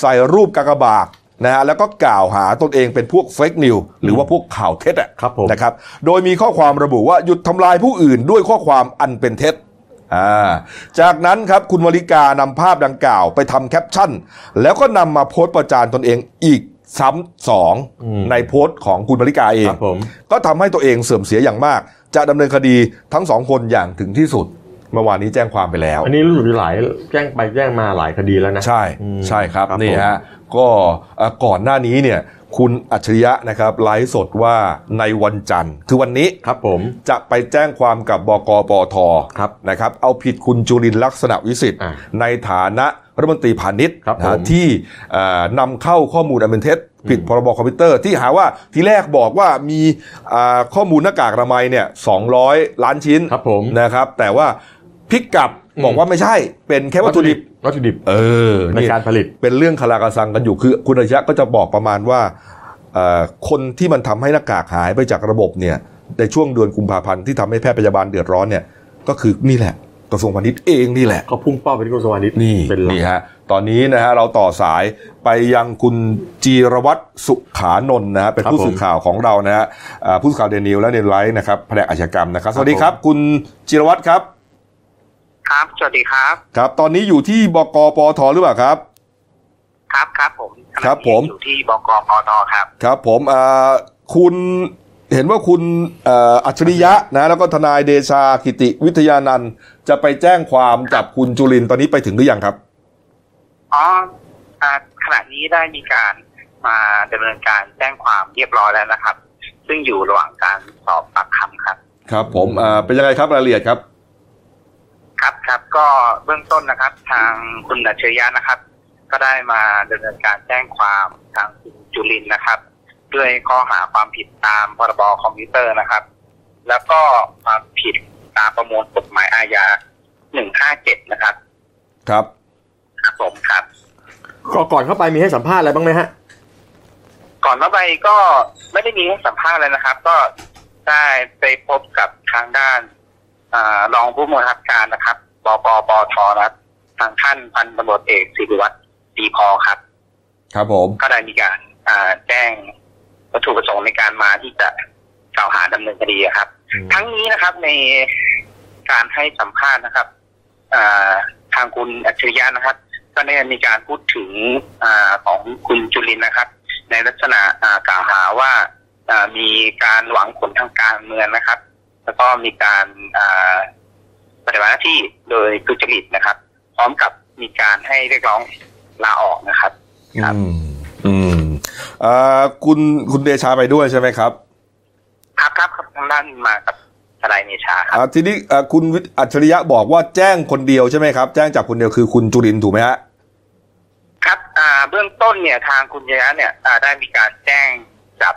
ใส่รูปกากบาทนะฮะ แล้วก็กล่าวหาตนเองเป็นพวกเฟกนิวหรือว่าพวกข่าวเท็จอะ
ครับผม
นะครับ โดยมีข้อความระบุว่าหยุดทำลายผู้อื่นด้วยข้อความอันเป็นเท็จ อ่าจากนั้นครับคุณวริกานำภาพดังกล่าวไปทำแคปชั่น แล้วก็นำมาโพสต์ประจานตนเองอีกซ้ำสองในโพสต์ของคุณวริกาเอง
ครับผม
ก็ทำให้ตัวเองเสื่อมเสียอย่างมาก จะดำเนินคดีทั้งสองคนอย่างถึงที่สุด เมื่อวานนี้แจ้งความไปแล้ว
อันนี้รู้สึกมีหลายแจ้งไปแจ้งมาหลายคดีแล้วนะ
ใช่
อืม
ใช่ครับ
ครับ
นี่ฮะก็เอ่อก่อนหน้านี้เนี่ยคุณอัจฉริยะนะครับไลฟ์สดว่าในวันจันทร์ คือวันนี้
ครับผม
จะไปแจ้งความกับบกปท
ครับ
นะครับเอาผิดคุณจุลินทร์ลักษณะวิสิทธิ์
อ่า
ในฐานะรัฐมนตรีพาณิชย์
ครับผม
นะฮะที่เอ่อนำเข้าข้อมูลอันเป็นเท็จผิดพรบคอมพิวเตอร์ที่หาว่าทีแรกบอกว่ามีอ่าข้อมูลหน้ากากอนามัยเนี่ย200 ล้านชิ้น
ครับผม
นะครับ แต่ว่าพลิกกลับบอกว่าไม่ใช่เป็นแค่วัตถุดิบ
วัตถุดิบ
เออ
ใน
นี่
การผลิต
เป็นเรื่องคารากาซังกันอยู่คือคุณอาชญะก็จะบอกประมาณว่าเอ่อคนที่มันทำให้หน้ากากหายไปจากระบบเนี่ยในช่วงเดือนกุมภาพันธ์ที่ทำให้แพทย์พยาบาลเดือดร้อนเนี่ยก็คือนี่แหละกระทรวงพาณิชย์เองนี่แหละ
ก็พุ่งเป้าไปที่กระทรวงพาณิชย์
นี่
เป็นหลัก
นี่ฮะตอนนี้นะฮะเราต่อสายไปยังคุณจีรวัตรสุขานนท์นะฮะเป็น
ครับ
ผู้สื่อข่าวของเรานะฮะอ่าผู้สื่อข่าวเดนิวและเดนไลท์นะครับแผนกอาชญากรรมนะครับสวัสดีครับ คุณจีรวัตรครับ
ครับ สวัสดีครับ
ครับ ตอนนี้อยู่ที่บกปทหรือเปล่าครับ
ครับครับผม
ครับผม
อยู่ที่บกปตครับ
ครับผมอ่าคุณเห็นว่าคุณเอ่ออัจฉริยะนะแล้วก็ทนายเดชากิติวิทยานันต์จะไปแจ้งความกับคุณจุลินทร์ตอนนี้ไปถึงหรือยังครับ
อ๋ออ่าขณะนี้ได้มีการมาดำเนินการแจ้งความเรียบร้อยแล้วนะครับ ซึ่งอยู่ระหว่างการสอบปากคำครับ
ครับผมอ่าเป็นยังไงครับรายละเอียดครับ
ครับครับก็เบื้องต้นนะครับ ทางคุณดัชยะนะครับ ก็ได้มาดำเนินการแจ้งความทางคุณจุลินทร์นะครับ ด้วยข้อหาความผิดตามพรบคอมพิวเตอร์นะครับ แล้วก็ความผิดตามประมวลกฎหมายอาญา157นะครับ
ครับ
ครับผมครับ
ก็ก่อนเข้าไปมีให้สัมภาษณ์อะไรบ้างไหมฮะ
ก่อนหน้าไปก็ไม่ได้มีให้สัมภาษณ์เลยนะครับ ก็ได้ไปพบกับทางด้านอารองผู้มวลการนะครับบกปทนะครับทางท่านพันตำรวจเอกสิริวัตรดีพอครับ
ครับผม
ก็ได้มีการอ่าแจ้งวัตถุประสงค์ในการมาที่จะกล่าวหาดำเนินคดีอะครับ ทั้งนี้นะครับในการให้สัมภาษณ์นะครับอ่าทางคุณอัจฉริยะนะครับ ก็ได้มีการพูดถึงอาของคุณจุลินทร์นะครับ ในลักษณะอ่ากล่าวหาว่าอ่ามีการหวังผลทางการเมืองนะครับ แล้วก็มีการอ่า ปฏิบัติหน้าที่โดยทุจริตนะครับ พร้อมกับมีการให้เรียกร้องลาออกนะครับ ครับ
อืมอืมอ่าคุณคุณเดชาไปด้วยใช่ไหมครับ
ครับครับครับทางด้านมากับทนายเนชาครับ
อ่าทีนี้อ่าคุณวิทย์อัจฉริยะบอกว่าแจ้งคนเดียวใช่ไหมครับ แจ้งจากคนเดียวคือคุณจุรินทร์ถูกไหมฮะ
ครับอ่าเบื้องต้นเนี่ยทางคุณยะเนี่ยอ่าได้มีการแจ้งจับ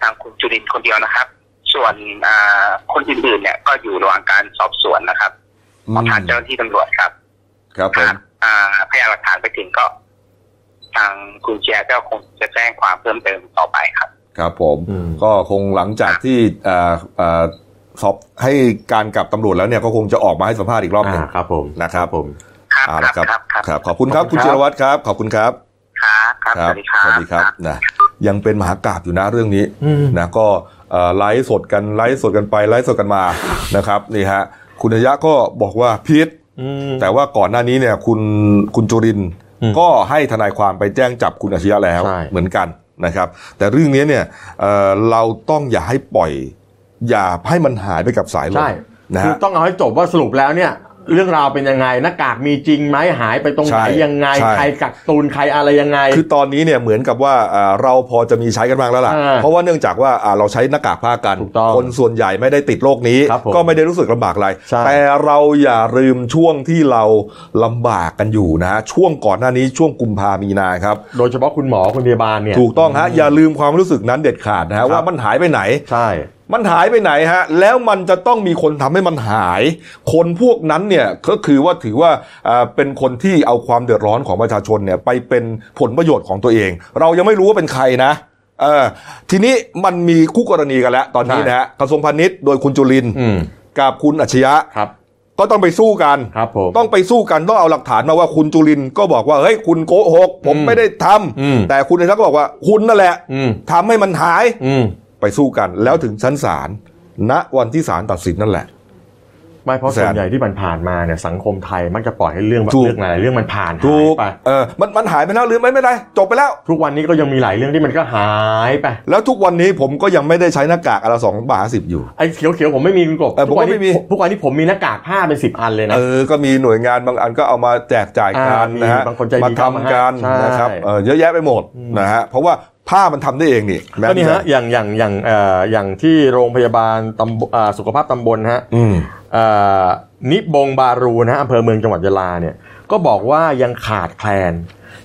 ทางคุณจุรินทร์คนเดียวนะครับ ส่วนอ่าคนอื่นๆเนี่ยก็อยู่ระหว่างการสอบสวนนะครับ
อืม
ของทางเจ้าหน้าที่ตำรวจครับ
ครับผ
หาม กอ่าพยานหลักฐานไปถึงก็ ทางคุณเชียร์ก็คงจะแจ้งความเพิ่มเติมต่อไปครับ
ครับผม
อืม
ก็คงหลังจากที่อ่าอ่าสอบให้การกับตำรวจแล้วเนี่ยก็คงจะออกมาให้สัมภาษณ์อีกรอบหนึ่ง
อ่าครับผม
นะครับ
ผม
ครับ
เอา
ครั
ละ
บครับครับ
ครับ ขอบคุณครับ
ขอบคุ
คุณ
ณครับ
จิรวัตรครับ ขอบคุณครับ
ครับครับสวัสดีครับ
สวัสดีครับนะยังเป็นมหากราบอยู่นะเรื่องนี้
อืม
นะก็เอ่อไลฟ์สดกันไลฟ์สดกันไปไลฟ์สดกันมานะครับนี่ฮะคุณอายะก็บอกว่าพิษ
อืม
แต่ว่าก่อนหน้านี้เนี่ยคุณคุณจุรินทร์
อืม
ก็ให้ทนายความไปแจ้งจับคุณอาชญะแล้ว
ใช่
เหมือนกันนะครับ แต่เรื่องนี้เนี่ยเอ่อเราต้องอย่าให้ปล่อย อย่าให้มันหายไปกับสายลม
ใช่
นะ
คือ
ฮะ
ต้องเอาให้จบว่าสรุปแล้วเนี่ย เรื่องราวเป็นยังไงหน้ากากมีจริงไหมหายไปตรงไหน
ใช่
ยังไง
ใช่
ใครกักตุนใครอะไรยังไง
คือตอนนี้เนี่ยเหมือนกับว่าอ่าเราพอจะมีใช้กันบ้างแล้วล่ะ
อ่า
เพราะว่าเนื่องจากว่าอ่าเราใช้หน้ากากผ้ากัน
ถูกต้อง
คนส่วนใหญ่ไม่ได้ติดโรคนี้
ครับผม
ก็ไม่ได้รู้สึกลำบากอะไร
ใช่
แต่เราอย่าลืมช่วงที่เราลำบากกันอยู่นะ ช่วงก่อนหน้านี้ช่วงกุมภามีนาครับ
โดยเฉพาะคุณหมอคุณพยาบาลเนี่ย
ถูกต้องฮะ อย่าลืมความรู้สึกนั้นเด็ดขาดนะ
ครั
ฮะ
บ
ว่ามันหายไปไหน
ใช่
มันหายไปไหนฮะ แล้วมันจะต้องมีคนทำให้มันหาย คนพวกนั้นเนี่ยก็คือว่าถือว่าอ่าเป็นคนที่เอาความเดือดร้อนของประชาชนเนี่ยไปเป็นผลประโยชน์ของตัวเอง เรายังไม่รู้ว่าเป็นใครนะเออทีนี้มันมีคู่กรณีกันแล้ว ตอนนี้
ใช่
นะฮะกระทรวงพาณิชย์โดยคุณจุลินทร์
อืม
กับคุณอัจฉริยะ
ครับ
ก็ต้องไปสู้กัน
ครับผม
ต้องไปสู้กันต้องเอาหลักฐานมาว่าคุณจุลินทร์ก็บอกว่าเฮ้ยคุณโกหกผม
อืม
ไม่ได้ทำ
อืม
แต่คุณอัจฉริยะก็บอกว่าคุณนั่นแหละ
อืม
ทำให้มันหาย
อืม
ไปสู้กันแล้วถึงชั้นศาลณวันที่ศาลตัดสินนั่นแหละ
ไม่เพราะ
แสน
ส่วนใหญ่ที่มันผ่านมาเนี่ยสังคมไทยมักจะปล่อยให้เรื่องแบบ
ถูก
เรื่องอะไรเรื่องมันผ่านหา
ถู
ย
ก
ไป
เออมันมันหายไปแล้วหรือไม่ไม่ได้ จบไปแล้ว
ทุกวันนี้ก็ยังมีหลายเรื่องที่มันก็หายไป
แล้วทุกวันนี้ผมก็ยังไม่ได้ใช้หน้ากากอนละไรสองบาทสิบอยู่
ไอ้เขียวๆผมไม่มีคุณกบ
เออผม
ทุก
ก็
วัน
ไม่มี
นี้ทุกวันนี้ผมมีหน้ากากผ้าเป็นสิบอันเลยนะ
เออ ก็มีหน่วยงานบางอันก็เอามาแจกจ่ายกัน
อ่ามี
นะฮะ
บางคนใจดี
มาทำกัน
เข้ามาให้
นะครับ
ใช่
เออเยอะแยะไปหมดนะฮะเพราะว่าผ้ามันทำได้เองนี่แม้
ก็นี่ฮะอย่างอย่างอย่างเอ่ออย่างที่โรงพยาบาลตำบอ่าสุขภาพตำบลฮะ
อืม
เอ่อนิบงบารูนะฮะอำเภอเมืองจังหวัดยะลาเนี่ยก็บอกว่ายังขาดแคลน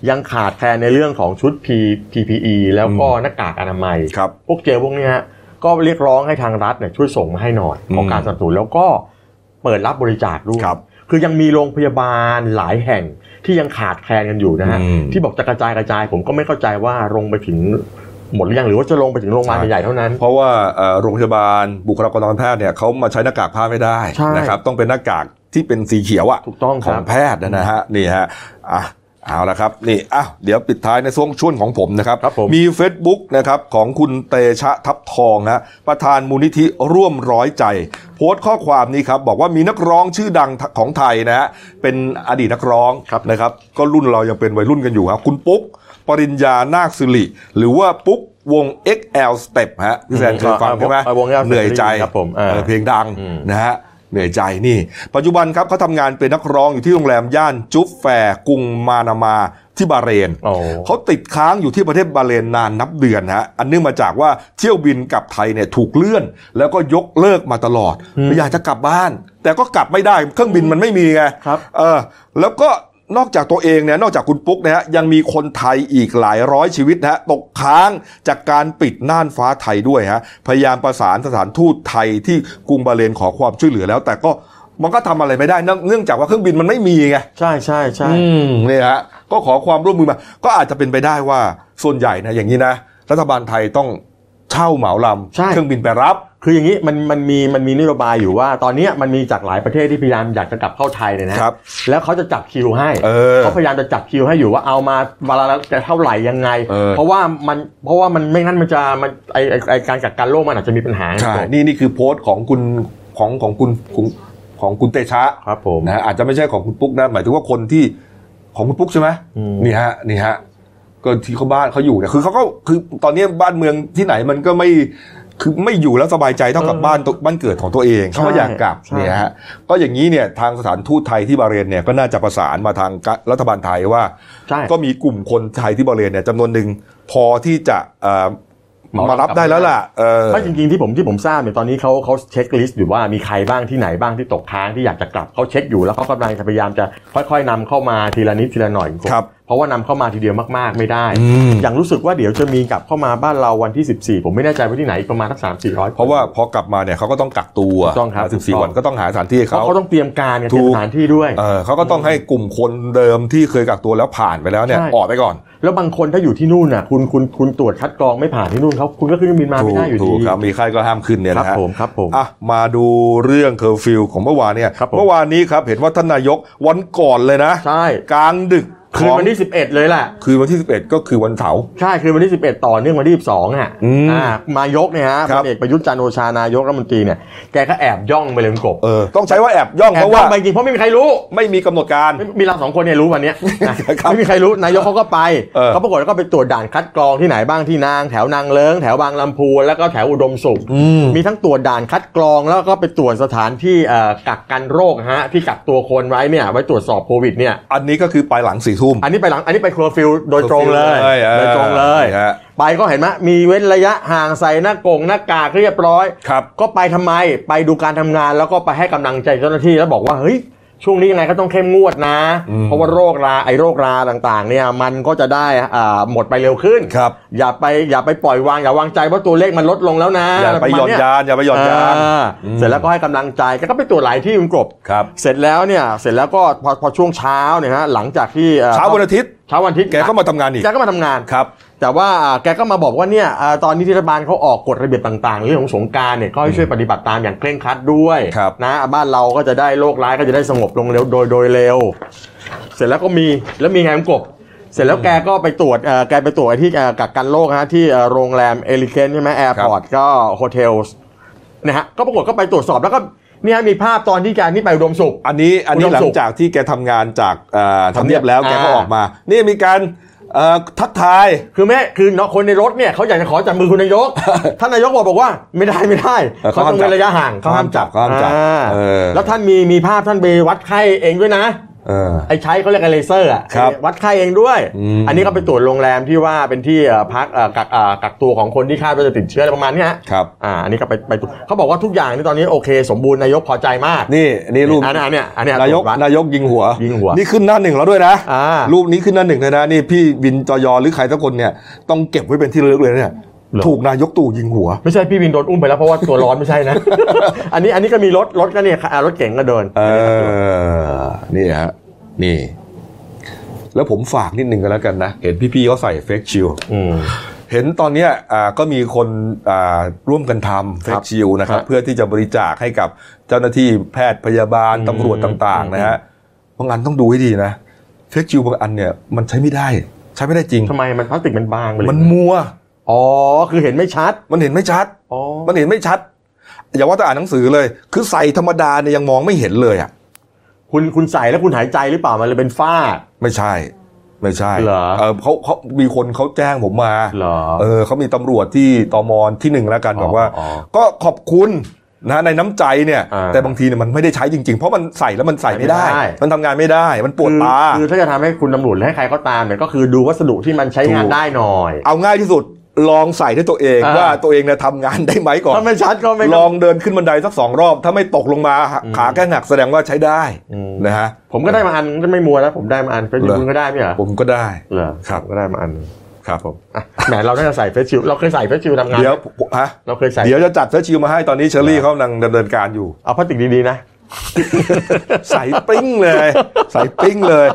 ยังขาดแคลนในเรื่องของชุด P PPE แล้วก็
อืม
หน้ากากอนามัย
ครับ
พวกเจลพวกเนี้ยฮะก็เรียกร้องให้ทางรัฐเนี่ยช่วยส่งมาให้หน่อย
อืม
ของการสนับสนุนแล้วก็เปิดรับบริจาคด้วย
ครับ
คือยังมีโรงพยาบาลหลายแห่งที่ยังขาดแคลนกันอยู่นะฮะ
อืม
ที่บอกจะกระจายกระจายผมก็ไม่เข้าใจว่าลงไปถึงหมดหรือยังหรือว่าจะลงไปถึงโรงพยาบาล
ใช่
ใหญ่ๆเท่านั้น
เพราะว่าเอ่อโรงพยาบาลบุคลากรทางการแพทย์เนี่ยเขามาใช้หน้ากากผ้าไม่ได้
ใช่
นะครับต้องเป็นหน้ากากที่เป็นสีเขียวอะ
ถูกต้อง
ข
ค
อง
รับ
แพทย์นะฮะนี่ฮะอ่ะเอาละครับนี่อ้าวเดี๋ยวปิดท้ายในช่วงช่วงของผมนะครับ
ครับผม
มี Facebook นะครับของคุณเตชะทับทองนะประธานมูลนิธิร่วมร้อยใจ โพสต์ข้อความนี้ครับ บอกว่ามีนักร้องชื่อดังของไทยนะฮะเป็นอดีตนักร้องนะครับ ก็รุ่นเรายังเป็นวัยรุ่นกันอยู่ครับคุณปุ๊ก ปริญญานาคสิริหรือว่าปุ๊กวง XL Step ฮะพี่แซนเคยฟังใช่ไหม
อ่าวง XL Step
เหนื่อยใจ
ครับผมอ่า
เออเพลงดัง
อืม
นะฮะเหนื่อยใจนี่ ปัจจุบันครับเขาทำงานเป็นนักร้องอยู่ที่โรงแรมย่านจุ๊บแฟร์กรุงมานามาที่บาห์เรน
โอ้
เขาติดค้างอยู่ที่ประเทศบาห์เรนนานนับเดือนนะฮะอันเนื่องมาจากว่าเที่ยวบินกลับไทยเนี่ยถูกเลื่อน แล้วก็ยกเลิกมาตลอด
อืม
อยากจะกลับบ้าน แต่ก็กลับไม่ได้เครื่องบินมันไม่มีไง
ครับ
เออแล้วก็นอกจากตัวเองเนี่ยนอกจากคุณปุ๊กนะฮะยังมีคนไทยอีกหลายร้อยชีวิตนะฮะตกค้างจากการปิดน่านฟ้าไทยด้วยฮะพยายามประสานสถานทูตไทยที่กรุงบาห์เรนขอความช่วยเหลือแล้ว แต่ก็มันก็ทำอะไรไม่ได้เนื่องเนื่องจากว่าเครื่องบินมันไม่มีไง
ใช่ใช่ใช่
อืมเนี่ยฮะก็ขอความร่วมมือมา ก็อาจจะเป็นไปได้ว่าส่วนใหญ่นะอย่างนี้นะ รัฐบาลไทยต้องเช่าเหมาลำ
ใช่
เครื่องบินไปรับ
คืออย่างนี้มันมันมีมันมีนโยบายอยู่ว่าตอนเนี้ยมันมีจากหลายประเทศที่พยายามอยากจะกลับเข้าไทยเนี่ยนะครับ แล้วเขาจะจับคิวให้
เออ
เขาพยายามจะจับคิวให้อยู่ว่าเอามาเวลาละจะเท่าไหร่ยังไง
เออ
เพราะว่ามันเพราะว่ามันไม่งั้นมันจะมันไอไอ้ไอการกักกันโรคมันอาจจะมีปัญหา
ใช่นี่นี่คือโพสต์ของคุณของของคุณของของคุณเตชะ
ครับผม
นะฮะอาจจะไม่ใช่ของคุณปุ๊กนะหมายถึงว่าคนที่ของคุณปุ๊กใช่ไหม
อืม
นี่ฮะนี่ฮะก็ที่เขาบ้านเขาอยู่เนี่ยคือเขาก็คือตอนนี้บ้านเมืองที่ไหนมันก็ไม่ คือไม่อยู่แล้วสบายใจเท่ากับ
เออ
บ้านตัวบ้านเกิดของตัวเองเขาก็
ใช่
อยากกลับ
ใช่
เนี่ยฮะก็อย่างนี้เนี่ยทางสถานทูตไทยที่บาห์เรนเนี่ยก็น่าจะประสานมาทางกะรัฐบาลไทยว่า
ใช่
ก็มีกลุ่มคนไทยที่บาห์เรนเนี่ยจำนวนหนึ่งพอที่จะเอ่อ
เหมาม
มารับได้
กลับ
แล้วล่ะเออ
ไม่จริงๆที่ผมที่ผมทราบเนี่ยตอนนี้เขาเขาเช็คลิสต์อยู่ว่ามีใครบ้างที่ไหนบ้างที่ตกค้างที่อยากจะกลับเขาเช็คอยู่แล้วเขากำลังจะพยายามจะค่อยๆนำเข้ามาทีละนิดทีละหน่อย
ครับ
เพราะว่านำเข้ามาทีเดียวมากๆไม่ได้
อืม
อย่างรู้สึกว่าเดี๋ยวจะมีกลับเข้ามาบ้านเราวันที่ 14 ผมไม่แน่ใจว่าที่ไหนอีกประมาณสักสามสี่ร้อย
เพราะว่าพอกลับมาเนี่ยเขาก็ต้องกักตัว
ถูกต้องครับ
สิบ
ถูกต้
สี่
อง
วันก็ต้องหาสถานที่ให้
เพ
เขา
ราะเขาต้องเตรียมการกัน
ถู
เตรีย
ก
มสถานที่ด้วย
เออเขาก็ต้องให้กลุ่มคนเดิมที่เคยกักตัวแล้วผ่านไปแล้วเนี่ย
ใช่
ออกไปก่อน
แล้วบางคนถ้าอยู่ที่นู่นน่ะคุณคุณคุณตรวจคัดกรองไม่ผ่านที่นู่นเขาคุณก็ขึ้นเครื่องบินมา
ถูก
ไม่ได้อยู่
ถู
ดี
กครับมีไข้ก็ห้ามขึ้นเนี่ย
ครับ
นะฮะ
ผมครับผม
อ่ะมาดูเรื่องเคอร์ฟิวของเมื่อวานเนี่ย
ครับผม
เมื่อวานนี้ครับเห็นว่าท่านนายกวันก่อนเลยนะ
ใช่
กลางดึก
คืนวันที่ 11 เลยแหละ
คืนวันที่ 11 ก็คือวันเสาร์
ใช่คือวันที่ 11 ต่อเนื่องวันที่ 12อ่ะ
อืม
มายกเนี่ยฮะ
ค
พ
รับ
ลเอกประยุทธ์จันทร์โอชานายกรัฐมนตรีเนี่ยแกก็แอบย่องไปเลยคุณกบ
เออต้องใช้ว่าแอบย่อง
แอ
เพ
บ
ราะ
ย่อ
ว่าง
ไปจริงเพราะไม่มีใครรู้
ไม่มีกำหนดการ
ไม่มีเราสองคนเนี่ยรู้วันเนี้ ยนะครับ ไม่มีใครรู้นายกเขาก็ไป
เออ
เขาปรากฏว่าก็ไปตรวจด่านคัดกรองที่ไหนบ้างที่นางแถวนางเลิ้งแถวบางลำพูแล้วก็แถวอุดมสุข
อืม
มีทั้งตรวจด่านคัดกรองแล้วก็ไปตรวจสถานที่เอ่อกักกันโรคฮะที่กักตัวคนไว้เนี่ยไว้ตรวจสอบโควิดเนี่ย
อันนี้ก็คือไปหลังสี่ทุ่ม
อันนี้ไปหลังอันนี้ไปครัวฟิลโดยตรงเลย
ออ
โดยตรงเลย
นี่ฮะ
ไปก็เห็นไหมมีเว้นระยะห่างใส่หน้ากงหน้ากากเรียบร้อย
ครับ
ก็ไปทำไมไปดูการทำงานแล้วก็ไปให้กำลังใจเจ้าหน้าที่แล้วบอกว่าเฮ้ยช่วงนี้ยังไงก็ต้องเข้มงวดนะ
อืม
เพราะว่าโรคราไอโรคราต่างๆ เนี่ยมันก็จะได้อ่าหมดไปเร็วขึ้น
ครับ
อย่าไปอย่าไปปล่อยวางอย่าวางใจว่าตัวเลขมันลดลงแล้วนะ
อย่าไปหย่อนยานอย่าไปหย่อนยาน
อ่
อืม
เสร็จแล้วก็ให้กำลังใจแกก็ไปตรวจหลายที่คุณกบ
ครับ
เสร็จแล้วเนี่ยเสร็จแล้วก็พอพอช่วงเช้าเนี่ยฮะหลังจากที่อ่อ
เช้าวันอาทิตย์
เช้าวันอาทิตย์
แกก็มาทำงานอีก
แกก็มาทำงาน
ครับ
แต่ว่าอ่าแกก็มาบอกว่าเนี่ยอ่าตอนนี้ที่รัฐบาลเขาออกกฎระเบียบต่างๆ เรื่องของสงกรารเนี่ยก็ให้ช่วยปฏิบัติตามอย่างเคร่งครัดด้วย
ครับ
นะบ้านเราก็จะได้โรคร้ายก็จะได้สงบลงเร็วโดยโดยเร็ว เสร็จแล้วก็มีแล้วมีไงผมกบ เสร็จแล้วแกก็ไปตรวจเอ่อแกไปตรวจที่เอ่อกักกันโรคนะฮะที่เอ่อโรงแรมเอลิเคนใช่ไหมแอร์พอร์ตก็โฮเทลนะฮะก็ปรากฏก็ไปตรวจสอบแล้วก็เนี่ยมีภาพตอนที่แกนี่ไปอุดมสุข
อันนี้อันนี้
อุดม
หลั
สุ
ง
ข
จากที่แกทำงานจากเอ่อทำเนียบแล้ว
อ่า
แกก็ออกมา นี่มีการเอ่อทักทาย
คือแม่คือเนาะคนในรถเนี่ยเขาอยากจะขอจับมือคุณ นายก ท่านนายกบอกบอกว่าไม่ได้ไม่ได้
เออ
เขา
เขาห้าม
ต้อง
จับ
เว้นระยะห่าง
เขาห้ามจับเขาห้ามจับ
อ่
เออ
แล้วท่านมีมีภาพท่านไปวัดไข้เองด้วยนะ
เออ
ไอ้ใช้เขาเรียกอะไรเลเซอร์อะ
ครับ
วัดไข้เองด้วย
อืม
อันนี้ก็ไปตรวจโรงแรมที่ว่าเป็นที่เอ่อพักเอ่อกักเอ่อกักตัวของคนที่คาดว่าจะติดเชื้ออะไรประมาณเนี้ย
ครับ
อ่าอันนี้ก็ไปไปตรวจเขาบอกว่าทุกอย่างนี่ตอนนี้โอเค สมบูรณ์นายกพอใจมาก
นี่นี่รูป
อันเนี้ยอันเนี้ยอัน
นา
เนี้ย
ยก
ตรวจวัด
นายกยิงหัว
ยิงหัว
นี่ขึ้นหน้าหนึ่งแล้วด้วยนะ
อ่า
รูปนี้ขึ้นหน้าหนึ่งเลยนะ นี่พี่บินจอยอหรือใครสักคนเนี่ยต้องเก็บไว้เป็นที่ระลึกเลยเนี่ยถูกนายกตู่ยิงหัว
ไม่ใช่พี่วินโดนอุ้มไปแล้วเพราะว่าตัวร้อนไม่ใช่ นะ อันนี้อันนี้ก็มีรถรถก็เนี่ยอ่ารถเก๋งก็เดิน
เออนี่ฮะนี่ แล้วผมฝากนิดหนึ่งก็แล้วกันนะ เห็นพี่ๆเขาใส่เฟกชิล
อืม
เห็นตอนเนี้ยอ่าก็มีคนอ่าร่วมกันทำเฟ
ครั
ซ
บ
ชิลนะครับ
ฮะ
เพื่อที่จะบริจาคให้กับเจ้าหน้าที่แพทย์พยาบาล
อืม
ตำรวจต่าง
อืม
ๆนะฮะบางอันต้องดูให้ดีนะเฟซชิลบางอันเนี่ยมันใช้ไม่ได้ ใช้ไม่ได้จริง
ทำไมมันพลาสติกมันบางไปเลย
มันมัว
อ๋อ คือเห็นไม่ชัด
มันเห็นไม่ชัด
อ๋อ
มันเห็นไม่ชัด อย่าว่าแต่อ่านหนังสือเลย คือใส่ธรรมดาเนี่ยยังมองไม่เห็นเลยอ่ะ
คุณคุณใส่แล้วคุณหายใจหรือเปล่า มันเลยเป็นฝ้า
ไม่ใช่ ไม่ใช่
เหรอ
เออเขาเขามีคนเขาแจ้งผมมา
เหรอ
เออเขามีตำรวจที่ตมที่หนึ่งแล้วกัน
อ๋อ
บอกว่า
อ๋อ
ก็ขอบคุณนะในน้ำใจเนี่ย
อ่า
แต่บางทีเนี่ยมันไม่ได้ใช้จริงๆ เพราะมันใส่แล้วมันใส่ไม่ได้
ใส่ไม่ได้
มันทำงานไม่ได้ มันปวดตา
คือคือถ้าจะทำให้คุณตำรวจหรือให้ใครก็ตามเนี่ยก็คือดูวัสดุที่มันใช้งาน
ถูก
ได้หน่อย
เอาง่ายที่สุดลองใส่ด้วยตัวเอง
อ่า
ว่าตัวเองเนี่ยทำงานได้ไหมก่อน
ถ้าไม่ชัดก็ไม่
ลองเดินขึ้นบันไดสักสองรอบ ถ้าไม่ตกลงมาขาแค่หนักแสดงว่าใช้ได้
อืม
นะฮะ
ผมก็ได้มาอันก็ไม่มัวแล้วผมได้มาอันเป็น
เหรอ
คุณก็ได้ไหมเหรอ
ผมก็ได้
เหรอ
ครับ
ผมก็ได้มาอัน
ครับผม
อ่ะแหมเราได้จะใส่เฟซชิลด์เราเคยใส่เฟซชิลด์ทำงาน
เดี๋ยวผมฮะ
เราเคยใส่
เดี๋ยวจะจัดเฟซชิลมาให้ตอนนี้เชอรี่เขากำลังดำเนินการอยู่
เอาพลาสติกดีๆนะ
ใสปิ้งเลยใสปิ้งเลย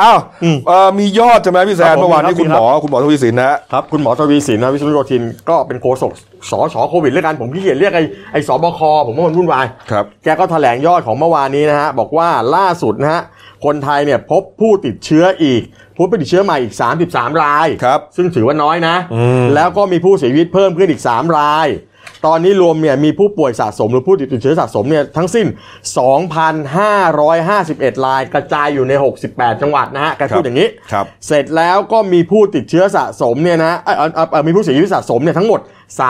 อ้าวเอ่อมียอดใช่ไหมพี่แซ
ครั
น
บผม
เมื่อวาน
มีครับ
นี้คุณหมอคุณหมอทวีสินนะฮะ
ครับคุณหมอทวีสินนะวิศนุโยธินก็เป็นโฆษกสสโควิดแล้วกันผมขี้เกียจเรียกไอ้ไอ้สบคผมว่ามันวุ่นวาย
ครับ
แกก็แถลงยอดของเมื่อวานนี้นะฮะ บอกว่าล่าสุดนะฮะ คนไทยเนี่ยพบผู้ติดเชื้ออีกผู้ติดเชื้อใหม่อีก 33 ราย
ครับ
ซึ่งถือว่าน้อยนะ
อืม
แล้วก็มีผู้เสียชีวิตเพิ่มขึ้นอีก 3 ราย ตอนนี้รวมเนี่ยมีผู้ป่วยสะสมหรือผู้ติดเชื้อสะสมเนี่ยทั้งสิ้น 2,551รายกระจายอยู่ใน 68 จังหวัดนะฮะแกพูดอย่างนี้
ครับ
เสร็จแล้วก็มีผู้ติดเชื้อสะสมเนี่ยนะเอ่อเอ่อเอ่อเอ่อมีผู้เสียชีวิตสะสมเนี่ยทั้งหมด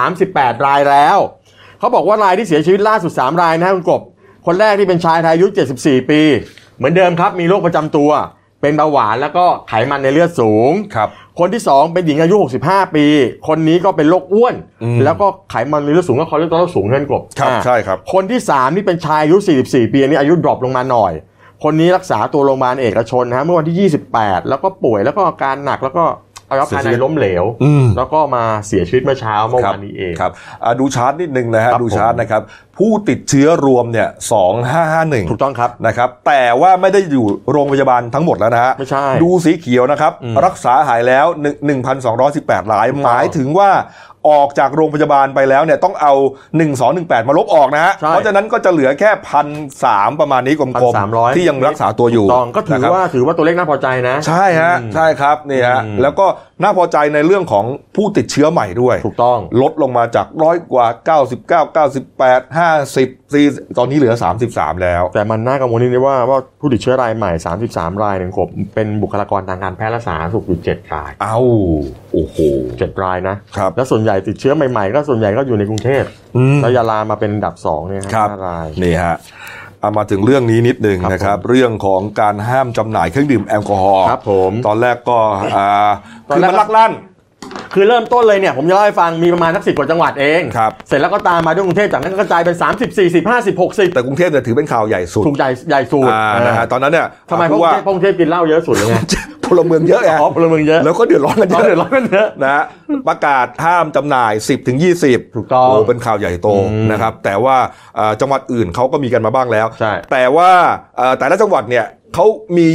38 รายแล้ว เขาบอกว่ารายที่เสียชีวิตล่าสุด 3 รายนะคุณกบ คนแรกที่เป็นชายไทยอายุ 74 ปี เหมือนเดิมครับ มีโรคประจำตัว เป็นเบาหวานแล้วก็ไขมันในเลือดสูง
ครับ
คนที่ 2 เป็นหญิงอายุ 65 ปี คนนี้ก็เป็นโรคอ้วน
อืม
แล้วก็ไขมันในเลือดสูงก็คอเลสเตอรอลสูงเกินกบ
ครับ
อ่า
ใช่ครับ
คนที่ 3 นี่เป็นชายอายุ 44 ปีอันนี้อายุดรอปลงมาหน่อย คนนี้รักษาตัวโรงพยาบาลเอกชนนะฮะเมื่อวันที่ 28 แล้วก็ป่วยแล้วก็อาการหนักแล้วก็อายุภายในล้มเหลว
อืม
แล้วก็มาเสียชีวิตเมื่อเช้าเมื่อวานนี้เอง
ครับอ่ะดูชาร์ตนิดนึงนะฮะ
ครับ
ดูชาร์ต
ผม
นะครับ ผู้ติดเชื้อรวมเนี่ยสองห้าห้าหนึ่ง
ถูกต้องครับ
นะครับ แต่ว่าไม่ได้อยู่โรงพยาบาลทั้งหมดแล้วนะฮะ
ไม่ใช่
ดูสีเขียวนะครับ
อืม
รักษาหายแล้ว1 1,218ราย หมายถึงว่าออกจากโรงพยาบาลไปแล้วเนี่ยต้องเอา 1218 มาลบออกนะฮะ
ใช่
เพราะฉะนั้นก็จะเหลือแค่พันสามประมาณนี้กลม
1,300
ที่ยังรักษาตัวอยู่
ตองก็ถือ
นะครับ
ว่าถือว่าตัวเลขน่าพอใจนะ
ใช่ฮะ
อืม
ใช่ครับนี่ฮะ
อืม
แล้วก็น่าพอใจในเรื่องของผู้ติดเชื้อใหม่ด้วย
ถูกต้อง
ลดลงมาจากร้อยกว่า 99 98 50 4ตอนนี้เหลือ 33 แล้ว
แต่มันน่ากังวลนิดนึงว่าว่าผู้ติดเชื้อรายใหม่ 33 รายหนึ่งผมเป็นบุคลากรทางการแพทย์และสาธารณสุขอยู่7ราย
เอาโอ้โห
เจ็ดรายนะครับ แล้วส่วนใหญ่ติดเชื้อใหม่ๆ ก็ส่วนใหญ่ก็อยู่ในกรุงเทพ
อืม
แล้วยาลามาเป็นอันดับสองเนี่ยฮะ
ครับ
ห้าราย
นี่ฮะเอามาถึงเรื่องนี้นิดหนึ่ง
ครับ
นะครับ
ผม
เรื่องของการห้ามจำหน่ายเครื่องดื่มแอลกอฮอล์
ครับผม
ตอนแรกก็อ่า
ตอน
คือ
แรก
มันลักลั่น
คือเริ่มต้นเลยเนี่ยผมจะเล่าให้ฟังมีประมาณสักสิบกว่าจังหวัดเอง
ครับ
เสร็จแล้วก็ตามมาด้วยกรุงเทพจากนั้นก็กระจายเป็น 30 40 50 60
แต่กรุงเทพเนี่ยถือเป็นข่าวใหญ่สุด
ถูกใหญ่ใหญ่สูด
อ่านะฮะตอนนั้นเนี่ย
ทำไมเพ
ผู้
ราะกรุ
ว่าง
เทพเพราะกรุงเทพกินเหล้าเยอะสุดเลยไง
พลเมืองเยอะไง
อ๋อพลเมืองเยอะ
แล้วก็เดือดร้อนกันเย
เรา
อะ
เดือดร้อนกันเยอะ
นะฮะประกาศห้ามจำหน่าย 10ถึง20
ถูกต้อง
โเป็นข่าวใหญ่โต
อืม
นะครับ แต่ว่าเอ่อจังหวัดอื่นเขาก็มีกันมาบ้างแล้ว
ใช่
แต่ว่าเอ่อแต่ละจังหวัดเนี่ยเขามี